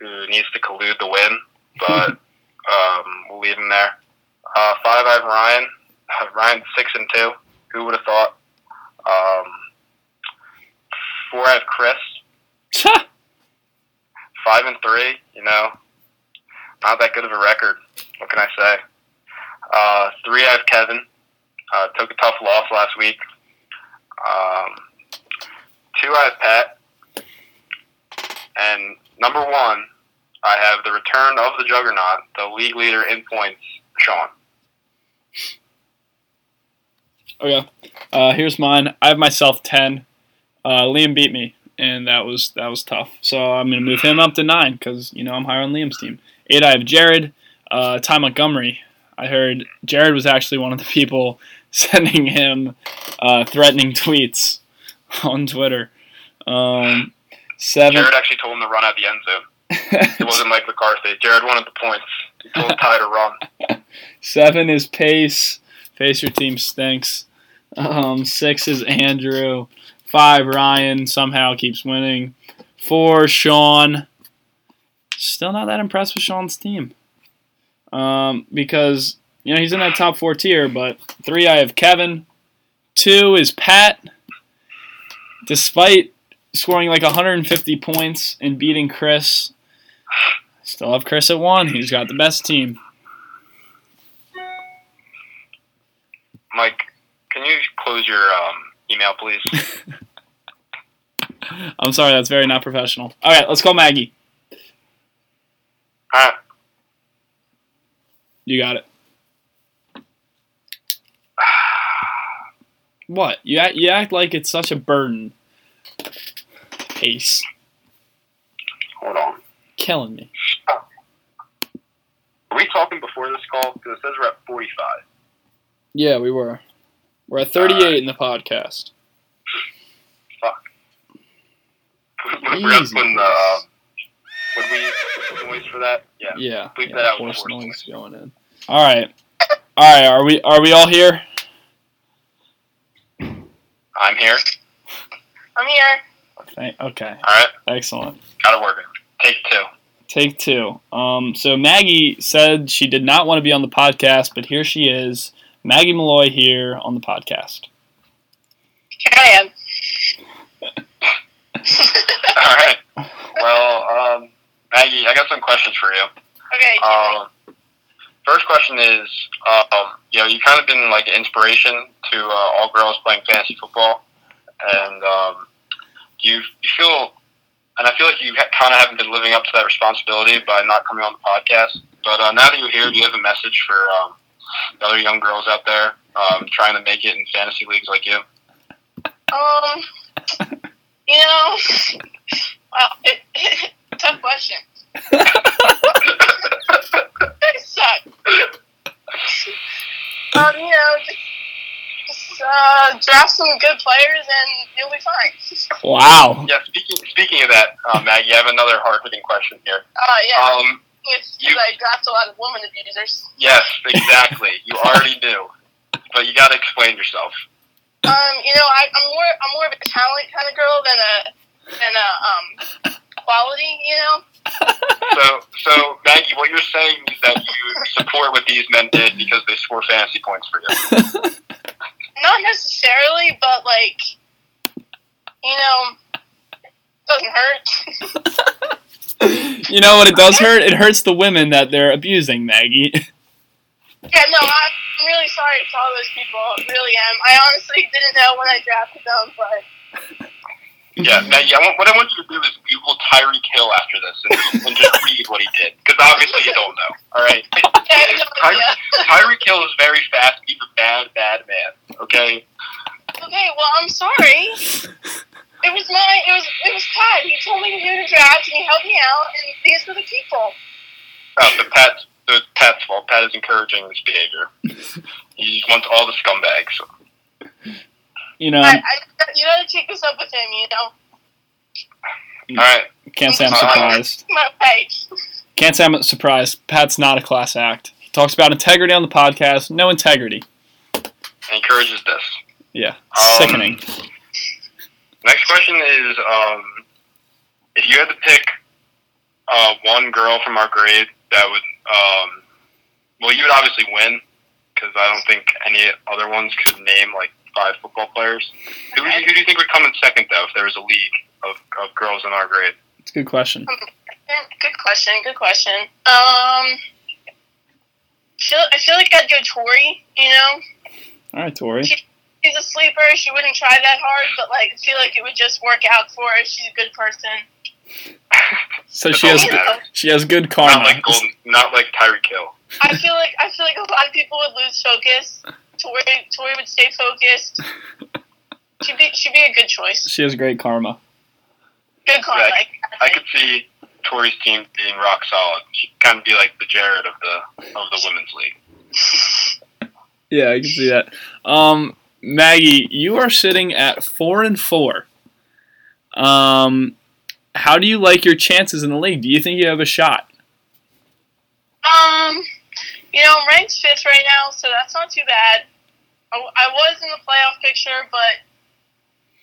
who needs to collude the win, but um, we'll leave him there. Uh, five, I have Ryan. Ryan six and two. Who would have thought? Um, four, I have Chris. Five and three. You know, not that good of a record. What can I say? Uh, three, I have Kevin uh, took a tough loss last week. Um, two, I have Pat. And number one, I have the return of the juggernaut, the league leader in points, Sean.
Okay. Uh, here's mine. I have myself ten. Uh, Liam beat me, and that was that was tough. So I'm gonna move him up to nine because you know I'm higher on Liam's team. Eight, I have Jared. Uh, Ty Montgomery. I heard Jared was actually one of the people sending him uh, threatening tweets on Twitter. Um, seven.
Jared actually told him to run out the end zone. It wasn't Mike McCarthy. Jared wanted the points. He told Ty to run.
Seven is Pace. Pacer team stinks. Um, six is Andrew. Five, Ryan somehow keeps winning. Four, Sean. Still not that impressed with Sean's team. Um, because, you know, he's in that top four tier, but three, I have Kevin. Two is Pat. Despite scoring like 150 points and beating Chris, still have Chris at one. He's got the best team.
Mike, can you close your um, email, please?
I'm sorry, that's very not professional. All right, let's call Maggie.
All right.
You got it. What? You act, you act like it's such a burden. Ace.
Hold on.
Killing me.
Are we talking before this call? Because it says we're at 45.
Yeah, we were. We're at
Uh,
38 in the podcast.
We're up
Easy.
when the, um, would we use the noise for that? Yeah.
Yeah.
uh, Bleep
yeah,
that out,
force
force
noise going in. All right. All right, are we are we all here?
I'm here.
I'm here.
Thank, okay.
All right.
Excellent.
Got it working. Take two.
Take two. Um, so Maggie said she did not want to be on the podcast, but here she is, Maggie Malloy here on the podcast.
Here I am.
All right. Well, um, Maggie, I got some questions for you.
Okay.
Um, first question is, um, you know, you've kind of been like an inspiration to uh, all girls playing fantasy football, and um, you you feel, and I feel like you ha- kind of haven't been living up to that responsibility by not coming on the podcast. But uh, now that you're here, do you have a message for um, the other young girls out there um, trying to make it in fantasy leagues like you?
um, you know, well, it, tough question. It sucked. Um, you know, just, just uh, draft some good players and you'll be fine.
Wow.
Yeah. Speaking speaking of that, uh, Maggie, I have another hard hitting question here.
Uh, yeah,
Um,
because
you-
I draft a lot of women abusers.
Yes, exactly. you already do, but you got to explain yourself.
Um, you know, I, I'm more I'm more of a talent kind of girl than a than a um equality, you know?
So, so Maggie, what you're saying is that you support what these men did because they score fantasy points for you.
Not necessarily, but like, you know, doesn't hurt.
You know what it does hurt? It hurts the women that they're abusing, Maggie.
Yeah, no, I'm really sorry to all those people. I really am. I honestly didn't know when I drafted them, but
Yeah, Maggie. I want, what I want you to do is Google Tyreek Hill after this and, and just read what he did because obviously you don't know. All right,
I had no
Tyreek
idea.
Tyreek Hill is very fast. He's a bad, bad man. Okay.
Okay, well, I'm sorry. It was my, it was, it was Todd. He told me who to draft, and he helped me out, and these were the people.
Oh, so Pat's so it's Pat's fault. Pat is encouraging this behavior. He wants all the scumbags.
You know,
I, I, you gotta take this up with him, you know.
All right.
can't say I'm surprised.
My page.
Can't say I'm surprised. Pat's not a class act. He talks about integrity on the podcast. No integrity.
encourages this.
Yeah,
Um,
sickening.
Next question is um, if you had to pick uh, one girl from our grade that would, um, well, you would obviously win because I don't think any other ones could name like five football players. Who, would you- who do you think would come in second though if there was a league of, of girls in our grade?
It's a good question.
Mm, Good question. Good question. Um, I feel I feel like I'd go Tori. You know,
All right, Tori.
she's a sleeper. She wouldn't try that hard, but like I feel like it would just work out for her. She's a good person.
So she has
You know,
she has good
Not
karma.
like Golden, not like Tyreek Hill.
I feel like I feel like a lot of people would lose focus. Tori Tori would stay focused. She'd be she'd be a good choice.
She has great karma.
Good call.
Yeah,
Like,
I could see Tori's team being rock solid. She'd kind of be like the Jared of the of the women's league.
Yeah, I can see that. Um, Maggie, you are sitting at four and four. Um, how do you like your chances in the league? Do you think you have a shot?
Um, you know, I'm ranked fifth right now, so that's not too bad. I, I was in the playoff picture, but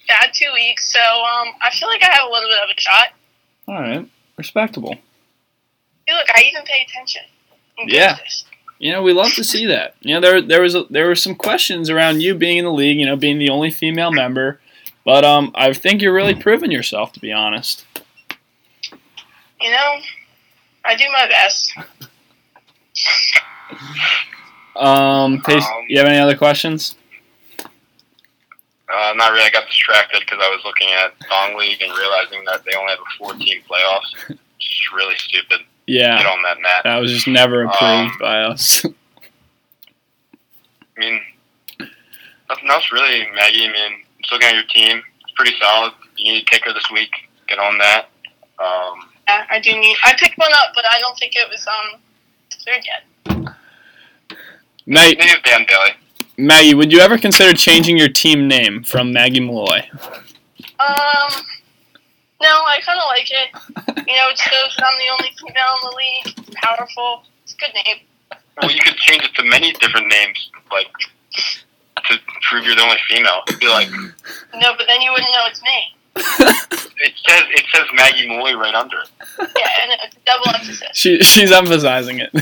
had two weeks, so um, I feel like I have a little bit of a shot.
All right, respectable.
Hey, look, I even pay attention. I'm good
Yeah.
at this.
You know, we love to see that. You know, there there was a, there were some questions around you being in the league. You know, being the only female member, but um, I think you're really proving yourself. To be honest,
You know, I do my best.
um, Pace,
Um,
you have any other questions?
Uh, not really. I got distracted because I was looking at Dong League and realizing that they only have a four-team playoffs. It's just really stupid. Get
Yeah,
on that, Matt.
that was just never approved
Um,
by us.
I mean, nothing else really, Maggie. I mean, just looking at your team, it's pretty solid. You need a kicker this week. Get on that. Um,
Yeah, I do need. I picked one up, but I don't think it was um cleared yet.
Mate,
they have Dan Bailey.
Maggie, would you ever consider changing your team name from Maggie Malloy?
Um, no, I kind of like it. You know, it shows that I'm the only female in the league. It's powerful. It's a good name.
Well, you could change it to many different names, like to prove you're the only female. It'd be like
No, but then you wouldn't know it's me.
it says. It says Maggie Molloy right under it.
Yeah, and it's double emphasis.
She she's emphasizing it.
All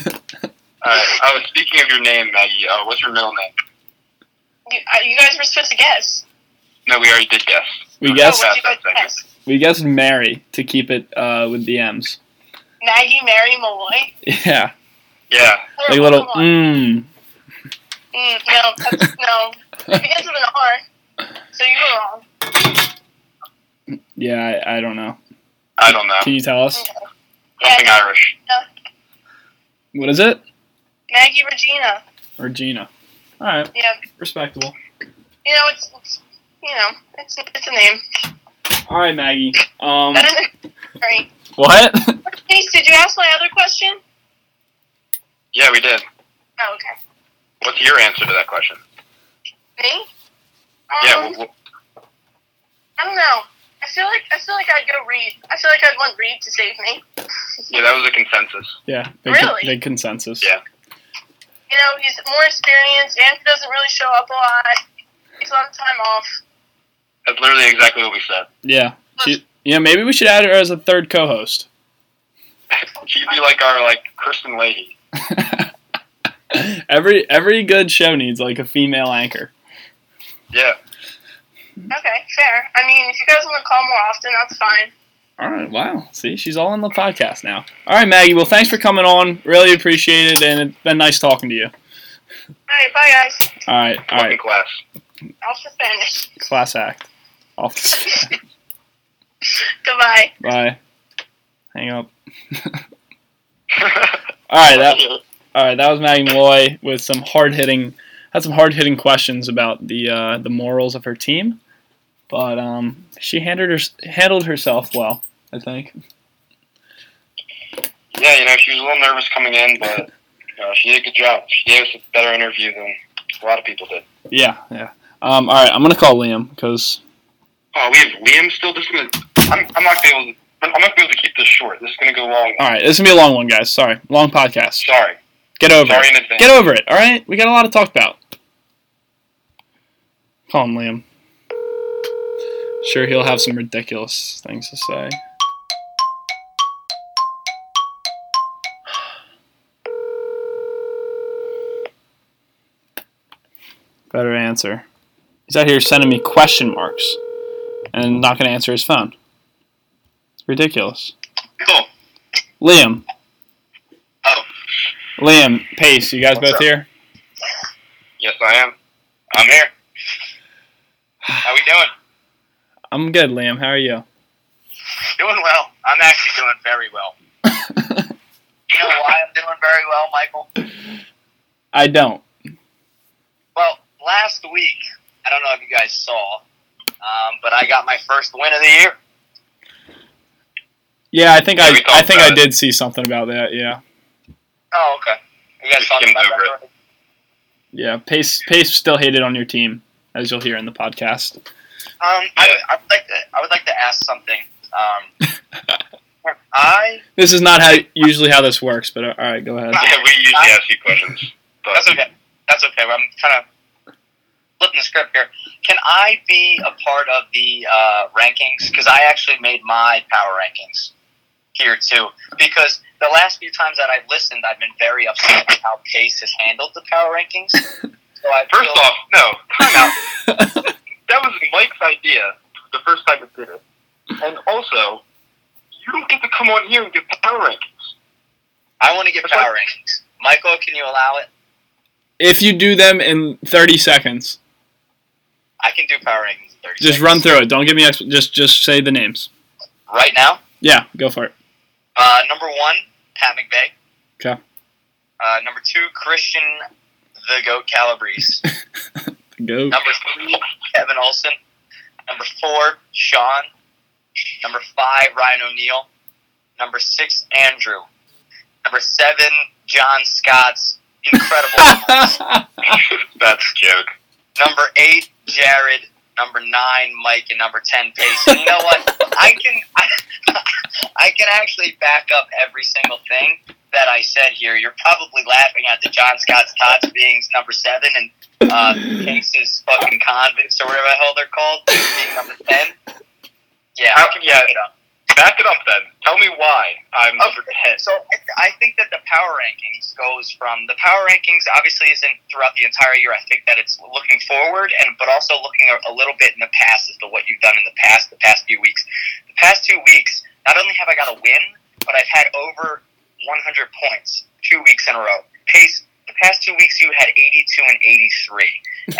right. Oh, speaking of your name, Maggie, uh, what's your middle name?
You, uh, you guys were supposed to guess.
No, we already did guess.
We
Oh,
guessed
what you guys
That's that
guess?
we guessed Mary to keep it uh, with the M's.
Maggie, Mary, Malloy.
Yeah,
Yeah.
like
Or-
little
come on.
mmm.
Mm, no, that's, no. It begins with an R. So you were wrong.
Yeah, I, I don't know.
I don't know.
Can you tell us
Okay.
Something Irish.
what is it?
Maggie Regina.
Or Gina? All right,
Yeah,
respectable.
you know it's, it's you know it's it's a name.
All right, Maggie. Um,
That is a great.
what?
Denise, did you ask my other question?
Yeah, we did.
Oh, okay.
What's your answer to that question?
Me? Um,
Yeah. w w
I don't know. I feel like I feel like I'd go Reed. I feel like I'd want Reed to save me.
yeah, that was a consensus.
yeah, big, con-
Really?
big consensus.
Yeah.
you know, he's more experienced. Andrew doesn't really show up a lot. Takes a lot of time off.
That's literally exactly what we said.
Yeah. She, Yeah, maybe we should add her as a third co-host.
She'd be like our like Kristen Leahy.
every every good show needs like a female anchor.
Yeah.
Okay, fair. I mean, if you guys want to call more often, that's fine.
All right, wow. See, she's all in the podcast now. All right, Maggie. Well, thanks for coming on. Really appreciate it, and it's been nice talking to you.
All right, bye guys.
All right, all
Fucking
right.
class.
Off to Spanish.
Class act. Off.
Goodbye.
Bye. Hang up. All right, that all right. That was Maggie Malloy with some hard hitting, had some hard hitting questions about the uh, the morals of her team, but um, she handled her, handled herself well. I think.
yeah, you know, she was a little nervous coming in, but you know, she did a good job. She gave us a better interview than a lot of people did.
Yeah, yeah. Um, all right, I'm gonna call Liam because
Oh, we have Liam still. This is gonna. I'm, I'm not gonna be able to. I'm not gonna be able to keep this short. This is gonna go long.
all right, this is gonna be a long one, guys. Sorry, long podcast.
Sorry.
Get over
Sorry
it.
in advance.
Get over it. All right, we got a lot to talk about. Call him Liam. Sure, he'll have some ridiculous things to say. Better answer. He's out here sending me question marks and not going to answer his phone. It's ridiculous.
Cool.
Liam.
Oh.
Liam, Pace, you guys
What's
both
up?
here?
Yes, I am. I'm here. How we doing?
I'm good, Liam. How are you?
Doing well. I'm actually doing very well. You know why I'm doing very well, Michael?
I don't.
Well, last week, I don't know if you guys saw, um, but I got my first win of the year.
Yeah, I think
Yeah,
I
we talked
I think I
about it.
did see something about that. Yeah.
Oh, okay. You guys talking about that? already?
Yeah, Pace Pace still hated on your team as you'll hear in the podcast.
Um, I, would, I would like to. I would like to ask something. Um, I
This is not how usually how this works, but uh, all right, go ahead.
Yeah, we usually ask you questions. But
that's okay. That's okay. I'm trying to flipping the script here. Can I be a part of the uh, rankings? Because I actually made my power rankings here too. Because the last few times that I've listened, I've been very upset with how Pace has handled the power rankings. So I
First
feel-
off, no. Time out. that was Mike's idea the first time it did it. And also, you don't get to come on here and give power rankings.
I want to get
That's why-
power rankings. Michael, can you allow it?
If you do them in 30 seconds,
I can do power rankings. In 30
just
seconds.
run through it. Don't give me exp- just just say the names.
right now.
Yeah, go for it.
Uh, number one, Pat McVeigh.
Okay.
Uh, number two, Christian the Goat Calabrese.
Go.
number three, Kevin Olson. Number four, Sean. Number five, Ryan O'Neal. Number six, Andrew. Number seven, John Scott's incredible.
That's a joke.
number eight, Jared. Number nine, Mike, and number ten, Pace. And you know what? I can I, I can actually back up every single thing that I said here. You're probably laughing at the John Scott's Tots being number seven and uh, Pace's fucking convicts or whatever the hell they're called being number ten. Yeah,
How
I
can- yeah.
back it up.
Back it up then. Tell me why I'm
Okay.
number 10.
So I I think that the power rankings goes from the power rankings obviously isn't throughout the entire year. I think that it's looking forward and but also looking a, a little bit in the past as to what you've done in the past, the past few weeks. The past two weeks, not only have I got a win, but I've had over 100 points two weeks in a row. Pace. The past two weeks, you had 82 and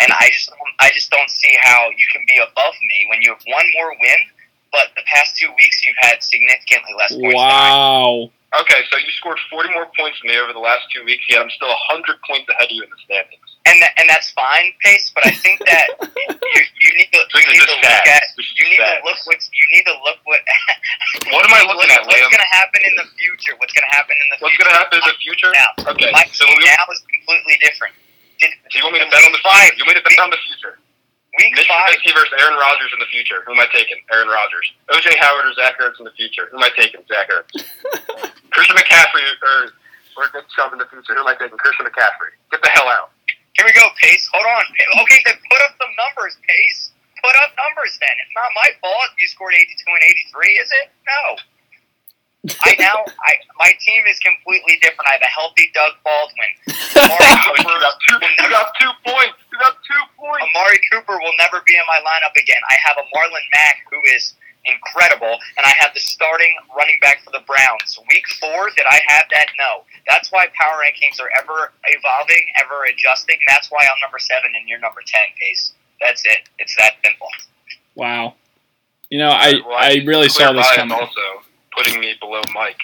83, and I just I just don't see how you can be above me when you have one more win. But the past two weeks, you've had significantly less points. than
Wow.
I
Okay, so you scored 40 more points than me over the last two weeks, yet I'm still 100 points ahead of you in the standings.
and that, and that's fine, Pace. But I think that you, you need to
This is
you need
just
to look
sad.
at
This is
you need
sad.
to look what you need to look what
What am I looking at,
what's
Liam?
going to happen in the future. What's going to happen in the
What's
future
going to happen in the future?
now?
Okay,
My
so
team
we-
now is completely different. Did,
Do you want me to bet on the future? You want me to bet on the future?
week
Mitch
five?
Trubisky versus Aaron Rodgers in the future. Who am I taking? Aaron Rodgers. OJ Howard or Zach Ertz in the future. Who am I taking? Zach Ertz. Christian McCaffrey or or Nick Chubb in the future. Who am I taking? Christian McCaffrey. Get the hell out.
Here we go, Pace. Hold on. Okay, then put up some numbers, Pace. put up numbers then. It's not my fault you scored 82 and 83, is it? No. I now, I my team is completely different. I have a healthy Doug Baldwin.
He
Amari Cooper,
got two,
will
he
never,
got two points. He got two points.
Amari Cooper will never be in my lineup again. I have a Marlon Mack who is incredible, and I have the starting running back for the Browns. Week four, did I have that? No. That's why power rankings are ever evolving, ever adjusting. That's why I'm number seven and you're number ten, Pace. That's it. It's that simple.
Wow. You know, I,
Well,
I really saw
clear
this
bias
coming.
Also, putting me below Mike.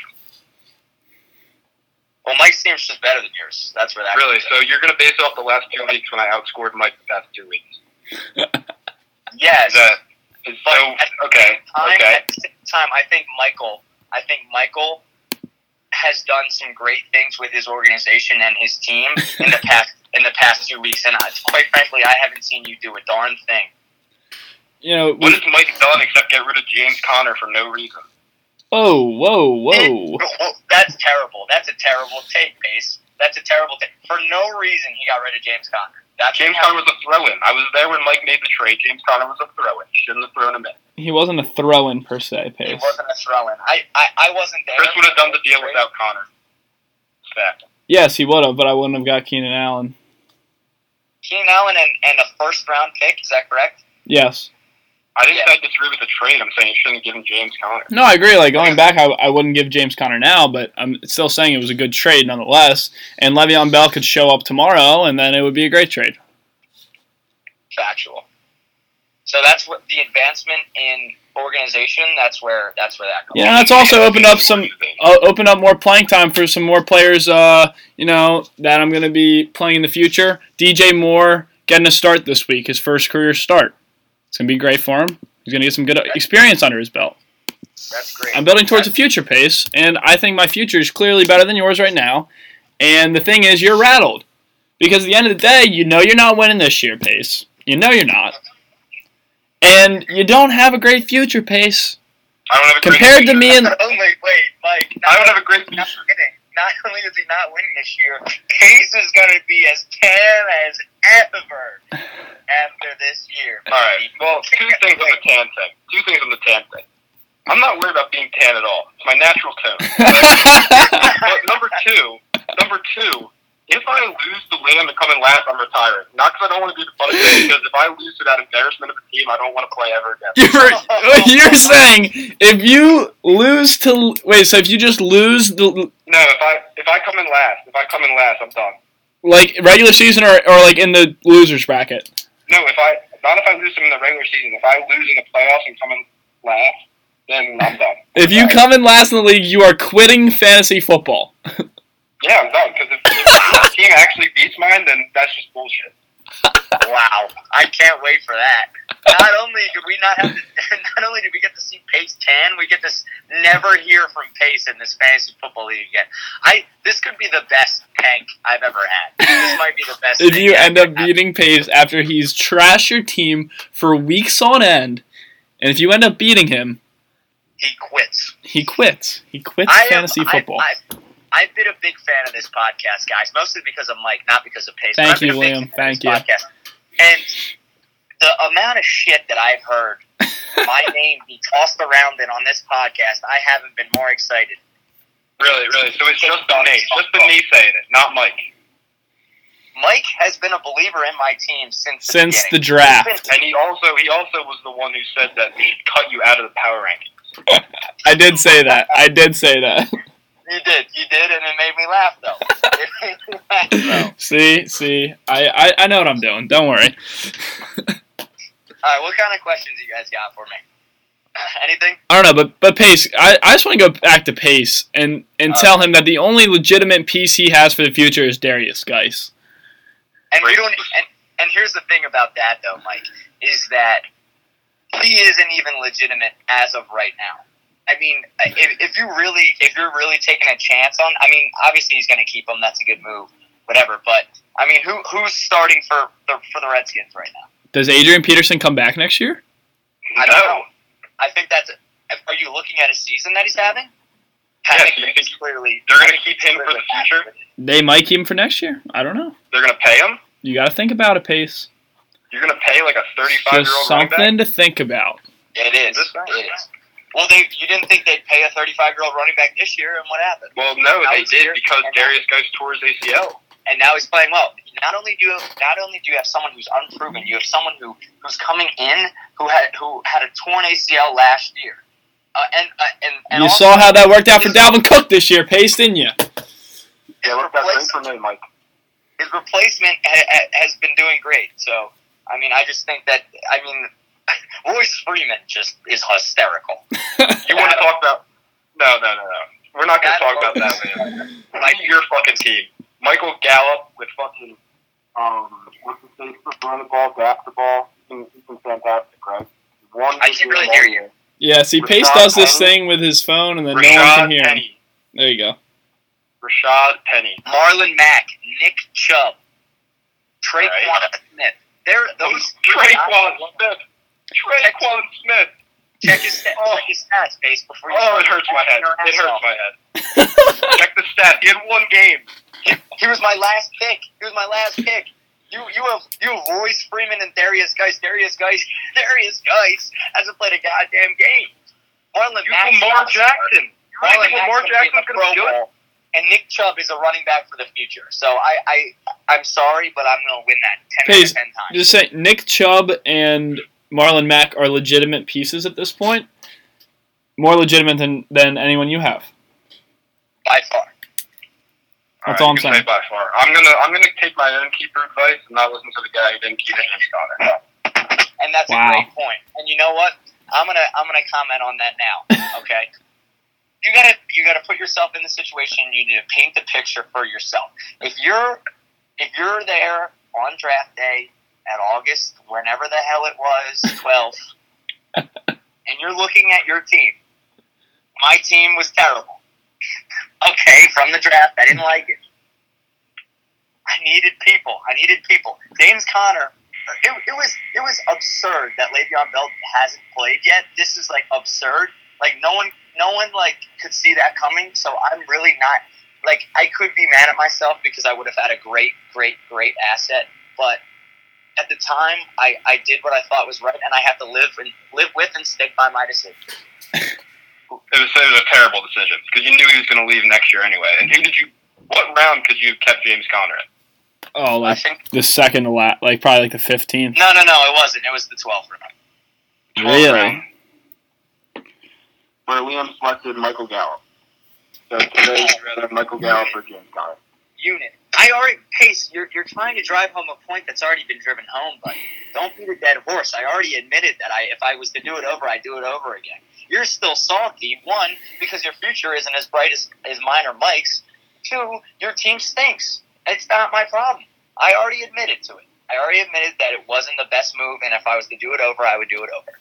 Well, Mike's team's just better than yours. That's where that
Really?
comes in.
So you're going to base off the last two weeks when I outscored Mike the past two weeks?
yes.
Is that? Is,
But
so
at the
okay,
same time,
okay.
At the same time, I think Michael. I think Michael has done some great things with his organization and his team in the past in the past two weeks, and I, quite frankly, I haven't seen you do a darn thing.
You know,
What
we,
has Mike done except get rid of James Conner for no reason?
oh, whoa, whoa.
Well, That's terrible. That's a terrible take, Pace. That's a terrible take. For no reason, he got rid of James Conner. That's
James Conner was a throw-in. I was there when Mike made the trade. James Conner was a throw-in. Shouldn't have thrown him in.
He wasn't a throw in per se,
It
Pace.
wasn't a throw-in. I, I, I wasn't there.
Chris would have done the deal without Conner. It's Fact.
Yes, he would have, but I wouldn't have got Keenan Allen.
Keenan Allen and, and a first-round pick. Is that correct?
Yes.
I didn't
Yeah.
say I disagree with the trade. I'm saying you shouldn't have given James Conner.
No, I agree. Like going back, I, I wouldn't give James Conner now, but I'm still saying it was a good trade nonetheless. And Le'Veon Bell could show up tomorrow, and then it would be a great trade.
factual. So that's what the advancement in organization. That's where that's where that comes.
Yeah, that's also opened up some uh, open up more playing time for some more players. Uh, you know that I'm going to be playing in the future. DJ Moore getting a start this week, his first career start. It's going to be great for him. He's going to get some good experience under his belt.
That's great.
I'm building towards a future pace, and I think my future is clearly better than yours right now. And the thing is, you're rattled because at the end of the day, you know you're not winning this year, pace. You know you're not, and you don't have a great future pace
I don't have a great
compared to
future.
me and
only wait, Mike.
I don't have a great
Not
future.
winning. Not only is he not winning this year, Case is going to be as tan as ever after this year.
All right. Well, two things on the tan thing. Two things on the tan thing. I'm not worried about being tan at all. It's my natural tone. but number two, number two, if I lose to Lamb and come in last, I'm retiring. Not because I don't want to be the funny thing, because if I lose to that embarrassment of the team, I don't want to play ever again.
You're, you're saying if you lose to wait, so if you just lose the
No, if I if I come in last, if I come in last, I'm done.
like regular season or, or like in the losers bracket,
No, if I not if I lose them in the regular season. If I lose in the playoffs and come in last, then I'm done.
if you come in last in the league, you are quitting fantasy football.
Yeah, I'm done. Because if, if the team actually beats mine, then that's just bullshit.
Wow, I can't wait for that. Not only do we not have to, not only do we get to see Pace tan, we get to s- never hear from Pace in this fantasy football league again. I this could be the best tank I've ever had. This might be the best.
If
thing
you
I've
end up
ever had.
beating Pace after he's trashed your team for weeks on end, and if you end up beating him,
he quits.
he quits. He quits
I am-
fantasy
I-
football.
I, have been a big fan of this podcast, guys, mostly because of Mike, not because of Pace. but
Thank
I've been
you,
a big
William.
fan of
Thank
this podcast. And the amount of shit that I've heard my name be tossed around and on this podcast, I haven't been more excited.
Really, really. So it's just the me, just the me saying it, not Mike.
Mike has been a believer in my team since the
since the
beginning.
draft,
And he also he also was the one who said that we should cut you out of the power ranking.
I did say that. I did say that.
you did, you did, and it made me laugh though. It made me laugh, though.
see, see, I, I, I know what I'm doing. Don't worry.
All right, what kind of questions you guys got for me? Anything?
I don't know, but but Pace, I, I just want to go back to Pace and and
Uh,
tell him that the only legitimate piece he has for the future is Darius Geis.
And we
Right.
don't. And, and here's the thing about that, though, Mike, is that he isn't even legitimate as of right now. I mean, if, if you really, if you're really taking a chance on, I mean, obviously he's going to keep him. That's a good move, whatever. But I mean, who who's starting for the for the Redskins right now?
Does Adrian Peterson come back next year?
I
No.
don't know. I think that's. Are you looking at a season that he's having? I
Yeah,
think
so you
it's
think
clearly
they're
I
gonna
think
keep
it's
him for
clearly
the future?
accurate.
They might keep him for next year. I don't know.
They're gonna pay him.
You got to think about it, Pace.
You're gonna pay like a 35 year
Just
old running back.
something to think about.
It is.
This guy?
It is. Well, they you didn't think they'd pay a 35 year old running back this year, and what happened?
Well, no,
Now
they
he's
did
here.
because Darius goes towards ACL.
and now he's playing well. Not only do you have, not only do you have someone who's unproven, you have someone who who's coming in who had who had a torn ACL last year, uh, and, uh, and and
you
also-
saw how that worked out for
his-
Dalvin Cook this year, Pace, didn't you?
Yeah, what about that for me, Mike?
his replacement ha- ha- has been doing great. So I mean, I just think that I mean, Royce Freeman just is hysterical.
You want to talk about? No, no, no, no. We're not gonna
That-
talk about that. Man. Like your fucking team, Michael Gallup with fucking um, what's his name? Run the ball, back the ball. He's been, he's been fantastic, right? One
I can't really hear you.
Yeah, see, Pace
Rashad
does this
Penny.
thing with his phone, and then no one
Rashad
can hear him.
Penny.
There you go.
Rashad Penny.
Marlon Mack, Nick Chubb, Traquan
Right.
Smith. They're those
Traquan Smith. Traquan Smith.
Check his stats. Check his stats, base before you.
Oh,
start
it hurts my head.
your
It
ass
hurts
off.
my head. Check the stat. He had one game.
He was my last pick. He was my last pick. You you have you have Royce Freeman and Darius Geis. Darius Geis. Darius Geis hasn't played a goddamn game. Marlon
You
Mack's
Lamar
not a starter.
Jackson. You
Marlon
really think
Mack's
Lamar
gonna be in
Jackson's
the
gonna be
Pro
good?
Bowl, And Nick Chubb is a running back for the future. So I I I'm sorry, but I'm gonna win that ten out
Pace,
of ten times.
Just say Nick Chubb and Marlon Mack are legitimate pieces at this point. More legitimate than, than anyone you have.
by far.
That's
Alright,
all I'm
you can
saying.
say By far. I'm gonna I'm gonna take my own keeper advice and not listen to the guy who didn't keep his on it.
And that's
Wow.
a great point. And you know what? I'm gonna I'm gonna comment on that now. Okay. you gotta you gotta put yourself in the situation. You need to paint the picture for yourself. If you're if you're there on draft day at August, whenever the hell it was, 12th, and you're looking at your team, my team was terrible. Okay, from the draft, I didn't like it. I needed people. I needed people. James Conner. It, it was it was absurd that Le'Veon Bell hasn't played yet. This is like absurd. Like no one no one like could see that coming. So I'm really not like I could be mad at myself because I would have had a great great great asset, but at the time I, I did what I thought was right and I have to live and live with and stick by my decision.
It was, it was a terrible decision because you knew he was going to leave next year anyway. And who did you? What round could you have kept James Conner? at?
Oh,
I
like
think
the second to la like probably like the 15th.
no no no it wasn't. It was the twelfth round.
Twelfth
Really?
round. Where Liam selected Michael Gallup. So today you'd rather have Michael Gallup or James Conner.
Unit. I already pace, you're you're trying to drive home a point that's already been driven home, but don't beat a dead horse. I already admitted that I if I was to do it over, I'd do it over again. You're still salty, one, because your future isn't as bright as, as mine or Mike's. Two, your team stinks. It's not my problem. I already admitted to it. I already admitted that it wasn't the best move, and if I was to do it over, I would do it over.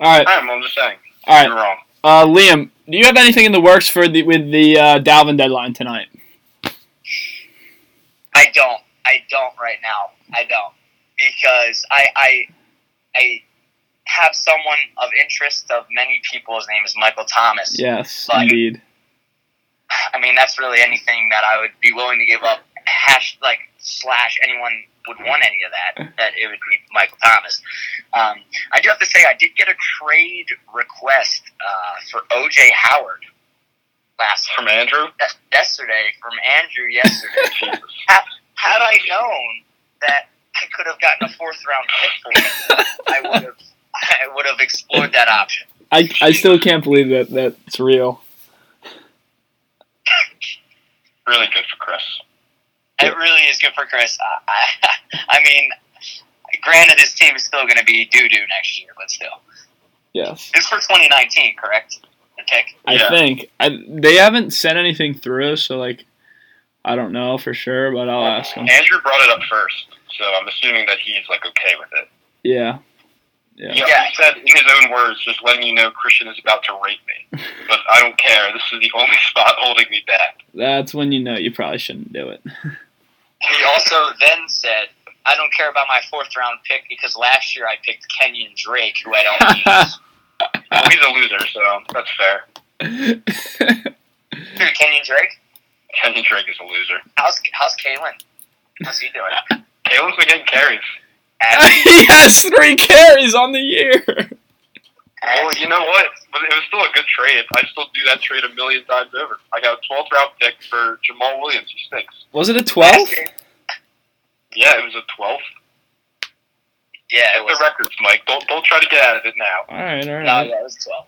All right,
I am. I'm just saying.
all right.
You're wrong.
Uh, Liam, do you have anything in the works for the with the uh, Dalvin deadline tonight?
I don't. I don't right now. I don't because I I I have someone of interest of many people. His name is Michael Thomas.
Yes,
Like-
indeed.
I mean, that's really anything that I would be willing to give up. Hash like slash anyone would want any of that. That it would be Michael Thomas. Um, I do have to say, I did get a trade request uh, for OJ Howard last
From Andrew.
yesterday from Andrew yesterday.
Jesus.
had I known that I could have gotten a fourth round pick for him, I would have I would have explored that option.
I, I still can't believe that that's real.
Really good for Chris.
It really is good for Chris. I, I, I mean, granted, his team is still going to be doo doo next year, but still,
Yes,
it's for 2019, correct? The pick.
I
Yeah.
think I, they haven't sent anything through, so like I don't know for sure, but I'll ask them.
Andrew brought it up first, so I'm assuming that he's like okay with it.
Yeah, yeah.
Yeah, he said in his own words, just letting you know Christian is about to rape me. But I don't care. This is the only spot holding me back.
That's when you know you probably shouldn't do it.
He also then said, "I don't care about my fourth round pick because last year I picked Kenyon Drake, who I don't use."
Well, he's a loser, so that's fair.
Dude, Kenyon Drake.
Kenyon Drake is a loser.
How's how's Kalen? How's he doing?
Kalen's been getting carries.
As,
he has three carries on the year.
Well, you know what? But it was still a good trade. I still do that trade a million times over. I got a 12th round pick for Jamal Williams. He stinks.
Was it a twelve?
Yeah, it was a 12th.
yeah, it
Get
was.
the records, Mike. Don't don't try to get out of it now.
All right, all
No,
right.
yeah, it was 12.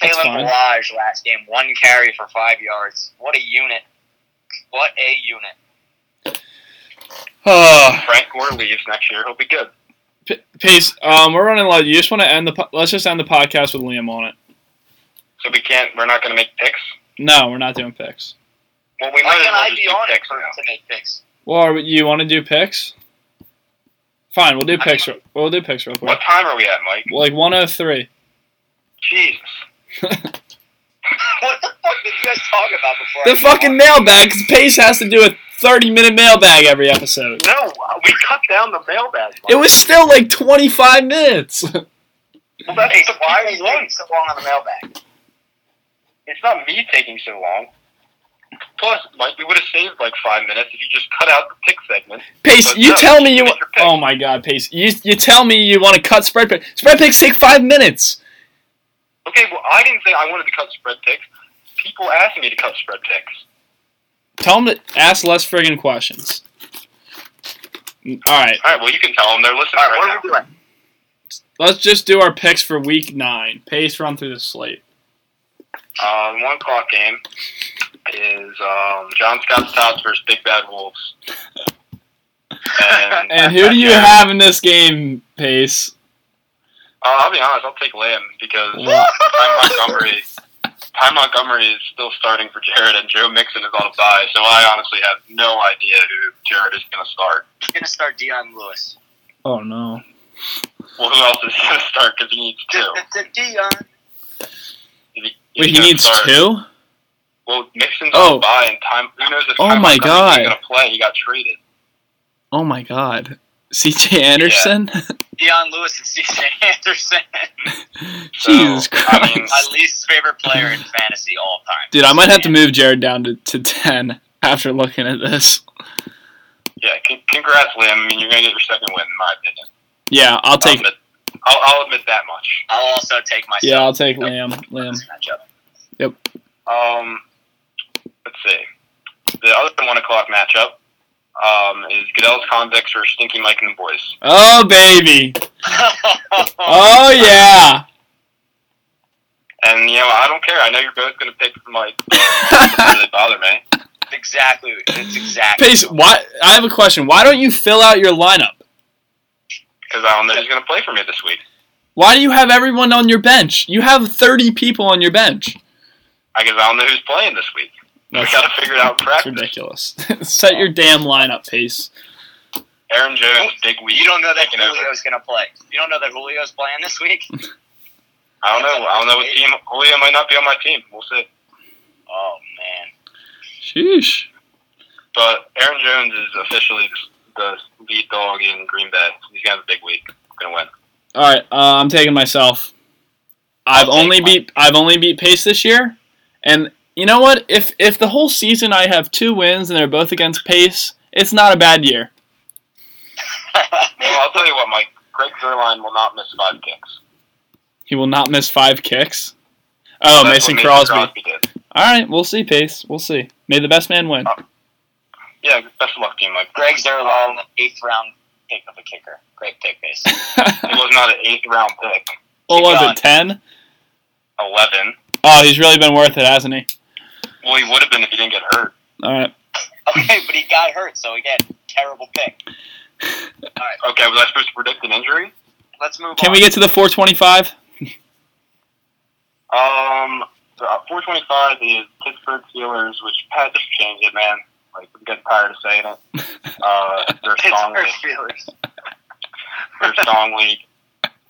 That's
Caleb
fine.
Balaj last game, one carry for five yards. What a unit. What a unit.
Oh,
Frank Gore leaves next year. He'll be good.
P- Pace. Um, we're running low. You just want to end the. Po- let's just end the podcast with Liam on it.
So we can't. We're not going to make picks.
No, we're not doing picks.
Well, we
Why
might as
can't
well
I
just
be
do
on it
picks
for
now.
to make picks?
Well, are, we- you want to do picks? Fine, we'll do
I
picks. re- We'll do picks real quick.
What time are we at, Mike?
Like one oh three.
Jesus.
What the fuck did you guys talk about before? I
The
came
fucking
on?
mailbag. Cause Pace has to do a thirty minute mailbag every episode.
No, we cut down the mailbag. Mike.
It was still like twenty five minutes.
Well, that's
Hey,
what the
why are you
people want.
taking so long on the mailbag?
It's not me taking so long. Plus, Mike, we would have saved like five minutes if you just cut out the pick segment.
Pace,
But
you
no,
tell me you.
it's your pick.
Oh my god, Pace, you you tell me you want to cut spread pick. Spread picks take five minutes.
Okay, well, I didn't say I wanted to cut spread picks. People asked me to cut spread picks.
Tell them to ask less friggin' questions. All right,
All right, well, you can tell them they're listening
All right,
right,
what are
now.
we doing?
let's just do our picks for week nine. Pace, run through the slate.
Uh, the one o'clock game is um, John Scott's Tots versus Big Bad Wolves. And,
And who do you have in this game, Pace?
Uh, I'll be honest, I'll take Lamb because
Wow.
Ty Montgomery. Ty Montgomery is still starting for Jared, and Joe Mixon is on a bye, so I honestly have no idea who Jared is going to start.
He's gonna start Dion Lewis.
Oh no,
Well, who else is he going to start? Because he needs two.
Dion.
If He, if
wait, he
doesn't
needs
start-
two.
Well, Mixon's
Oh.
on a bye, and time. Who knows if
Oh
Ty
my
Montgomery's
God.
going to play? He got traded.
Oh my god, C.J. Anderson.
Dion Lewis and CJ Anderson.
So,
Jesus
I mean,
Christ,
My least favorite player in fantasy all time.
dude, I might have to move Jared down to, to ten after looking at this.
Yeah, c- congrats, Liam. I mean, you're going to get your second win, in my opinion.
Yeah, I'll take.
I'll admit, I'll, I'll admit that much.
I'll also take myself.
Yeah, I'll take Lamb. Lamb.
matchup.
Um, let's see. The other one o'clock matchup um, is Goodell's Convicts versus Stinky Mike and the Boys.
Oh baby. Oh yeah.
And you know, I don't care. I know you're both going to pick Mike. It doesn't really bother me.
exactly. That's exactly.
Pace, why I have a question. Why don't you fill out your lineup?
because I don't know who's going to play for me this week.
Why do you have everyone on your bench? You have 30 people on your bench.
I guess I don't know who's playing this week. We
That's,
got to figure it out in
that's
practice.
ridiculous. Set your damn lineup, Pace.
Aaron Jones, big week.
You don't know that
Taking over.
Julio's gonna play. You don't know that Julio's playing this week.
I don't know. I don't know what team. Julio might not be on my team. We'll see.
Oh man.
Sheesh.
But Aaron Jones is officially the lead dog in Green Bay. He's gonna have a big week. Gonna win.
All right, uh, I'm taking myself. I've
I'll take
only
mine.
beat I've only beat Pace this year, and you know what? If if the whole season I have two wins and they're both against Pace, it's not a bad year.
Well, I'll tell you what, Mike. Greg Zerline will not miss five kicks.
He will not miss five kicks. Oh,
That's
Mason
what
Crosby.
did.
All right, we'll see, Pace. We'll see. May the best man win.
Oh.
Yeah, best of luck to you, Mike.
Greg Zerline, Um, eighth round pick of a kicker. Great pick, base.
It was not an eighth round pick.
what was
gone.
it? Ten?
Eleven.
Oh, he's really been worth it, hasn't he?
Well, he would have been if he didn't get hurt.
All right.
Okay, but he got hurt, so again, terrible pick.
Okay, was I supposed to predict an injury?
Let's move
Can
on.
we get to the 425?
Um, so, uh, 425 is Pittsburgh Steelers, which Pat just changed it, man. Like I'm getting tired of saying it. Uh, their song
Pittsburgh
league,
Steelers.
their song league.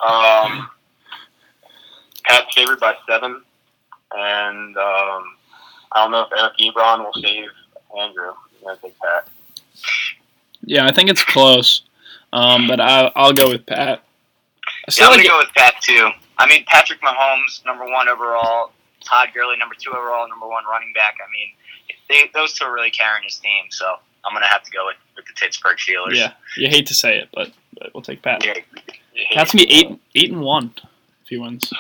Um, Pat's favored by seven, and um, I don't know if Eric Ebron will save Andrew. I'm gonna take Pat.
Yeah, I think it's close, um, but I, I'll go with Pat. I
Yeah,
still
I'm
like-
gonna go with Pat too. I mean, Patrick Mahomes, number one overall. Todd Gurley, number two overall, number one running back. I mean, they, those two are really carrying his team. So I'm gonna have to go with, with the Pittsburgh Steelers.
Yeah, you hate to say it, but, but we'll take Pat.
Yeah.
Pat's gonna be eight eight and one if he wins.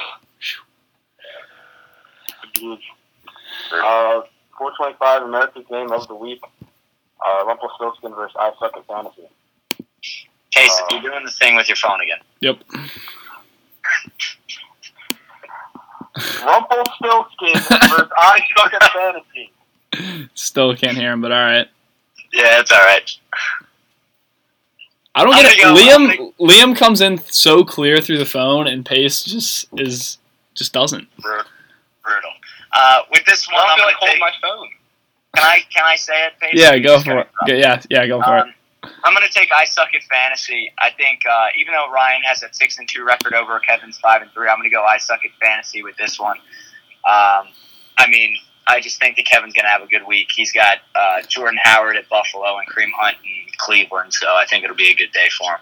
Uh, 425 America's Game of the Week. Uh, Rumpelstiltskin versus I Suck at Fantasy.
Case, you're doing the thing with your phone again.
Yep.
Rumpelstiltskin versus I Suck at Fantasy.
Still can't hear him, but all right.
Yeah, it's all right.
I don't
I'm
get it.
gonna go-
Liam
I
Liam comes in so clear through the phone, and Pace just is just doesn't.
Brutal. Uh, with this one,
I feel
I'm gonna
like
take,
holding my phone.
Can I can I say it? Paige?
Yeah, go
Just
for
kinda
it. Go- Yeah, yeah, go for it.
Um, I'm going to take I suck at fantasy. I think uh, even though Ryan has a six and two record over Kevin's five and three, I'm going to go I suck at fantasy with this one. Um, I mean, I just think that Kevin's going to have a good week. He's got uh, Jordan Howard at Buffalo and Cream Hunt in Cleveland, so I think it'll be a good day for him.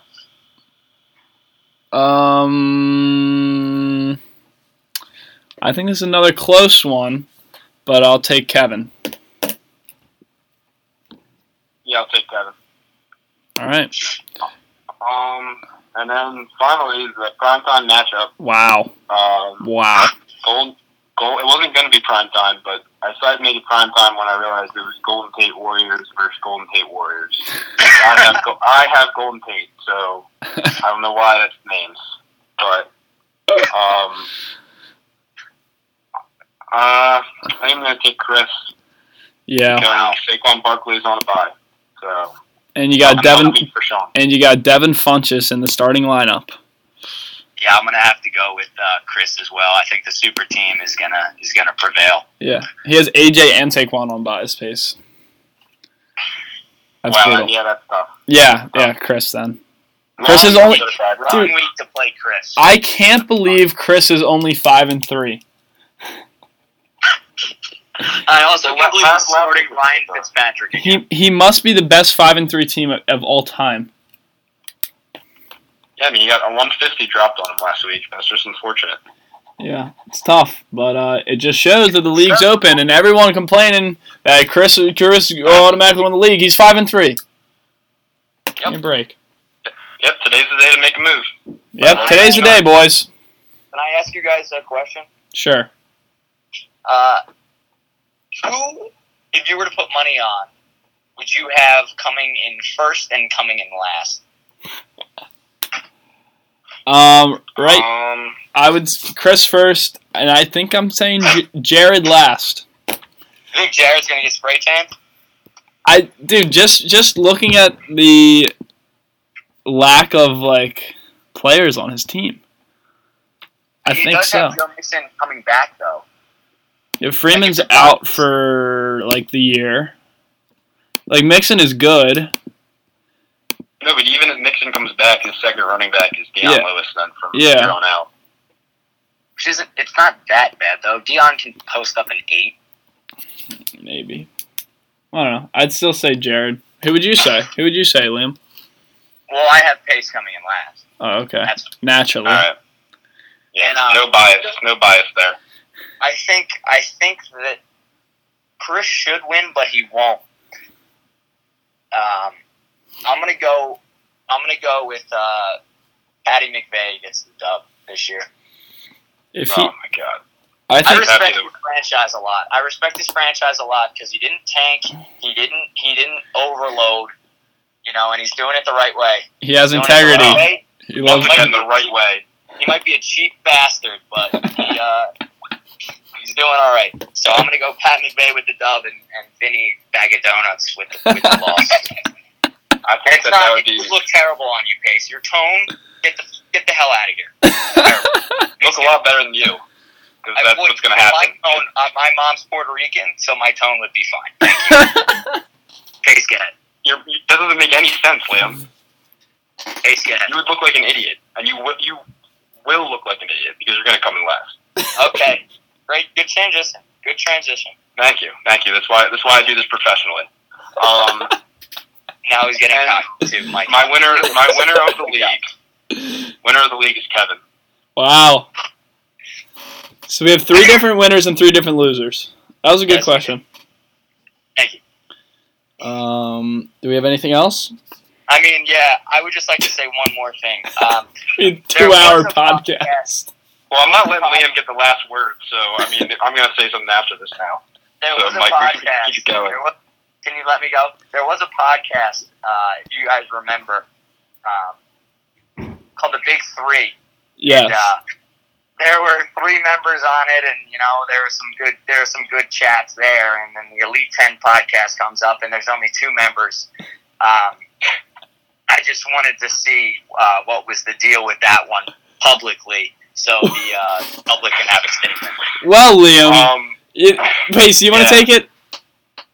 Um, I think this is another close one, but I'll take Kevin.
Yeah, I'll take Kevin.
All right.
Um, and then finally, the primetime matchup.
Wow.
Um,
Wow.
Gold, gold, it wasn't going to be prime time, but I decided to make it prime time when I realized it was Golden State Warriors versus Golden State Warriors. I, have, Go- I have Golden State, so I don't know why that's names, but um, uh, I'm going to take Chris.
Yeah.
Wow. Saquon Barkley's on a bye, so
And you got
I'm
Devin.
happy for Sean.
And you got Devin Funches in the starting lineup.
Yeah, I'm going to have to go with uh, Chris as well. I think the super team is going to is going to prevail.
Yeah. He has AJ and Saquon on bias pace. That's
wow,
brutal.
yeah, that's tough.
Yeah, yeah, Chris then. Chris is
Nah,
only-
I'm satisfied.
Wrong
Dude.
week to play Chris.
I can't believe Chris is only five and three.
I also
Well,
can't believe
last-
he's sorting
last-
Ryan Fitzpatrick. again.
He he must be the best five and three team of, of all time.
Yeah, I mean, you got a 150 dropped on him last week. That's just unfortunate.
Yeah, it's tough, but uh, it just shows that the league's open and everyone complaining that Chris Chris automatically won the league. He's five and three. Give me a break.
Yep, today's the day to make a move.
Yep, today's the day, boys.
Can I ask you guys a question?
Sure.
Uh, who, if you were to put money on, would you have coming in first and coming in last?
Um, right.
Um,
I would s- Chris first, and I think I'm saying J- Jared last.
You think Jared's going to get spray tanned?
I dude, just just looking at the lack of like players on his team, I
he
think
does
so.
Have Joe Mixon coming back though.
If Freeman's out for like the year, like Mixon is good.
no, but even if Mixon comes back, his second running back is Deion
Yeah.
Lewis then from
Yeah.
here on out.
Which isn't. It's not that bad though. Dion can post up an eight.
Maybe I don't know. I'd still say Jared. Who would you say? Who would you say, Liam?
Well, I have Pace coming in last.
Oh, okay.
That's.
Naturally,
All right. Yeah,
And, uh,
no bias, no bias there.
I think. I think that Chris should win, but he won't. Um, I'm gonna go. I'm gonna go with uh, Patty McVay gets the dub this year.
if
oh
he,
my god.
I
I
think
respect
Happy to-
his franchise a lot. I respect his franchise a lot because he didn't tank. He didn't. He didn't overload. You know, and he's doing it the right way.
he has
Doing it the right
integrity.
way.
He
Once
loves
again, the right way.
He might be a cheap bastard, but he, uh, he's doing all right. So I'm gonna go Pat McVay with the dub and, and Vinny bag of donuts with the, with the loss.
I think
It's
that
not,
that would
you
be
look terrible on you, Pace. Your tone. Get the get the hell out of here.
look a lot better than you because
I
that's
would-
what's going to happen.
My, tone, uh, my mom's Puerto Rican, so my tone would be fine. Pace, get it.
You're, you- that doesn't make any sense, Liam.
Pace, get it.
You would look like an idiot, and you wi- you will look like an idiot because you're going to come in last.
Okay. Great. Good transition. Good transition.
Thank you, thank you. That's why that's why I do this professionally. Um,
Now he's getting
And-
cocky too, Mike.
my winner, my winner of the league, winner of the league is Kevin.
Wow. So we have three different winners and three different losers. That was a good
Yes, we
question.
Thank you.
Um, do we have anything else?
I mean, yeah, I would just like to say one more thing. Um, there
Two hour
was a
podcast.
Well, I'm not letting Liam get the last word, so I mean, I'm going to say something after this now.
There
So,
was a
Mike, we should
podcast.
keep going.
There was, can you let me go? There was a podcast, uh, if you guys remember, um, called The Big Three.
Yes.
And, uh, there were three members on it, and you know there were some good there were some good chats there. And then the Elite Ten podcast comes up, and there's only two members. Um, I just wanted to see uh, what was the deal with that one publicly, so the uh, public can have a statement.
Well, Liam,
Um,
it, Pace, you want to
yeah.
take it?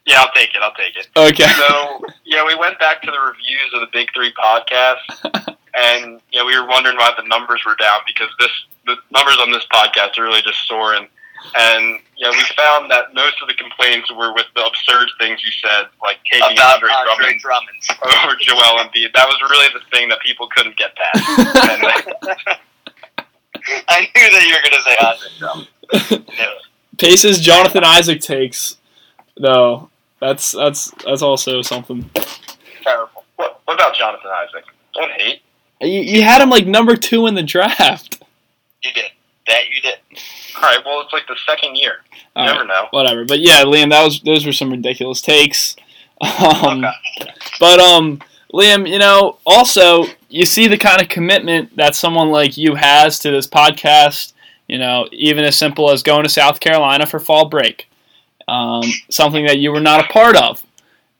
yeah, I'll take it. I'll take it.
Okay.
So yeah, we went back to the reviews of the Big Three podcast, and yeah, we were wondering why the numbers were down because this the numbers on this podcast are really just soaring. And yeah, we found that most of the complaints were with the absurd things you said, like taking
about uh,
Andre
Andre
Drummond
Drummond.
over Joel Embiid. That was really the thing that people couldn't get past. And,
I knew that you were going to say Andre Drummond.
Pace's Jonathan Isaac takes, though. That's that's that's also something.
terrible. What, what about Jonathan Isaac? Don't hate.
You, you had him like number two in the draft.
You did. That you did.
All right, well, it's like the second year. You
All right,
never know.
whatever. But yeah, Liam, that was those were some ridiculous takes. Um,
Okay.
But um, Liam, you know, also you see the kind of commitment that someone like you has to this podcast. You know, even as simple as going to South Carolina for fall break, um, something that you were not a part of,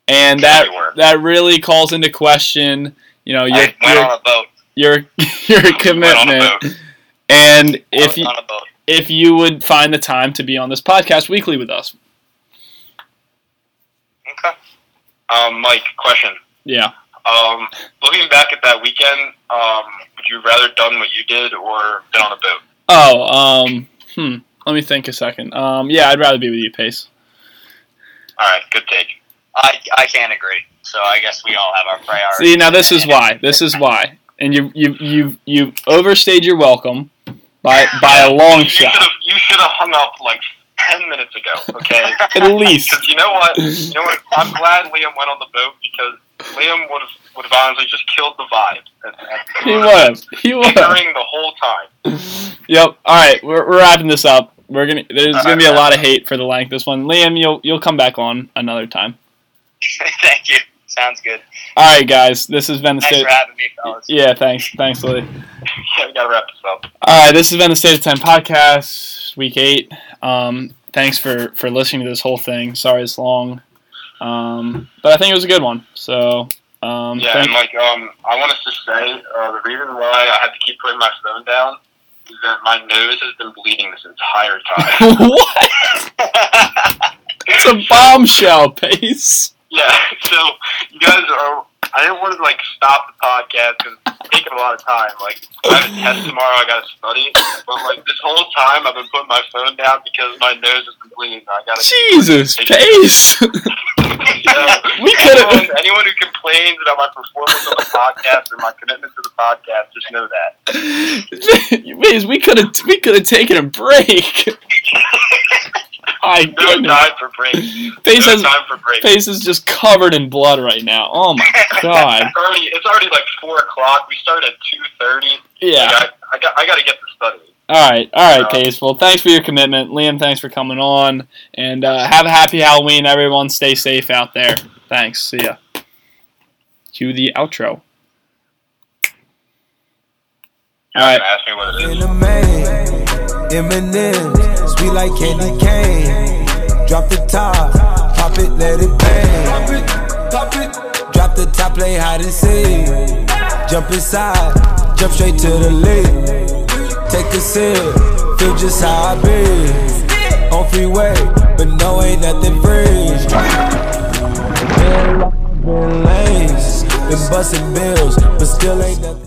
and that
Anywhere.
that really calls into question. You know, your
I went on a boat.
your your
Went on a
commitment,
boat.
and
I
if
was
you,
on a boat.
if you would find the time to be on this podcast weekly with us,
Okay.
Um, Mike, question.
yeah.
Um, looking back at that weekend, um, would you rather done what you did or been on a boat?
Oh, um, hmm. Let me think a second. Um, yeah, I'd rather be with you, Pace.
All right, good take.
I, I can't agree. So I guess we all have our priorities.
See, now this is why. This is why. And you you you you overstayed your welcome by by a long
you should
shot,
have you should have hung up like ten minutes ago, okay?
at least.
Because you know what, you know what, I'm glad Liam went on the boat because Liam would have would have honestly just killed the vibe. And- and-
He would have. He would have.
Bickering the whole time.
Yep. All right, we're, we're wrapping this up. We're gonna. There's gonna be a lot of hate for the length this one. Liam, you'll you'll come back on another time.
Thank you. Sounds good.
All right, guys. This has been the
Thanks
state.
for having me, fellas.
Yeah. Thanks. Thanks, Lily.
Yeah, we gotta wrap this up.
All right, this has been the State of Ten podcast, week eight. Um, thanks for for listening to this whole thing. Sorry it's long, um, but I think it was a good one. So um,
Yeah,
thank-
and like um, I want us to say uh, the reason why I had to keep putting my phone down is that my nose has been bleeding this entire time.
what? It's a bombshell, Pace.
yeah, so you guys are. I didn't want to like stop the podcast because it's taking a lot of time. Like I have a test tomorrow, I gotta study. But like this whole time, I've been putting my phone down because my nose has been bleeding. I gotta.
Jesus, Pace.
Yeah.
We could've-
anyone, anyone who complains about my performance on the podcast or my commitment to the podcast, just know that.
Pace, we could have we could have taken a break. My
No
goodness,
time for breaks.
Pace
no
has-
time for breaks.
Pace is just covered in blood right now. Oh my god.
It's already it's already like four o'clock. We start at two thirty.
Yeah.
I, I got I got to get to study.
All right, all right,
Uh,
Pace. Well, thanks for your commitment, Liam. Thanks for coming on, and uh, have a happy Halloween, everyone. Stay safe out there. Thanks. See ya. Cue the outro. All right.
Ask me what it is.
in the main. Eminem, sweet like candy cane. Drop the top, pop it, let it bang. Pop it, pop it. Drop the top, play hide and seek. Jump inside, jump straight to the league. Take a sip, feel just how I be. On freeway, but no, ain't nothing free. Been lanes, been busting bills, but still ain't nothing.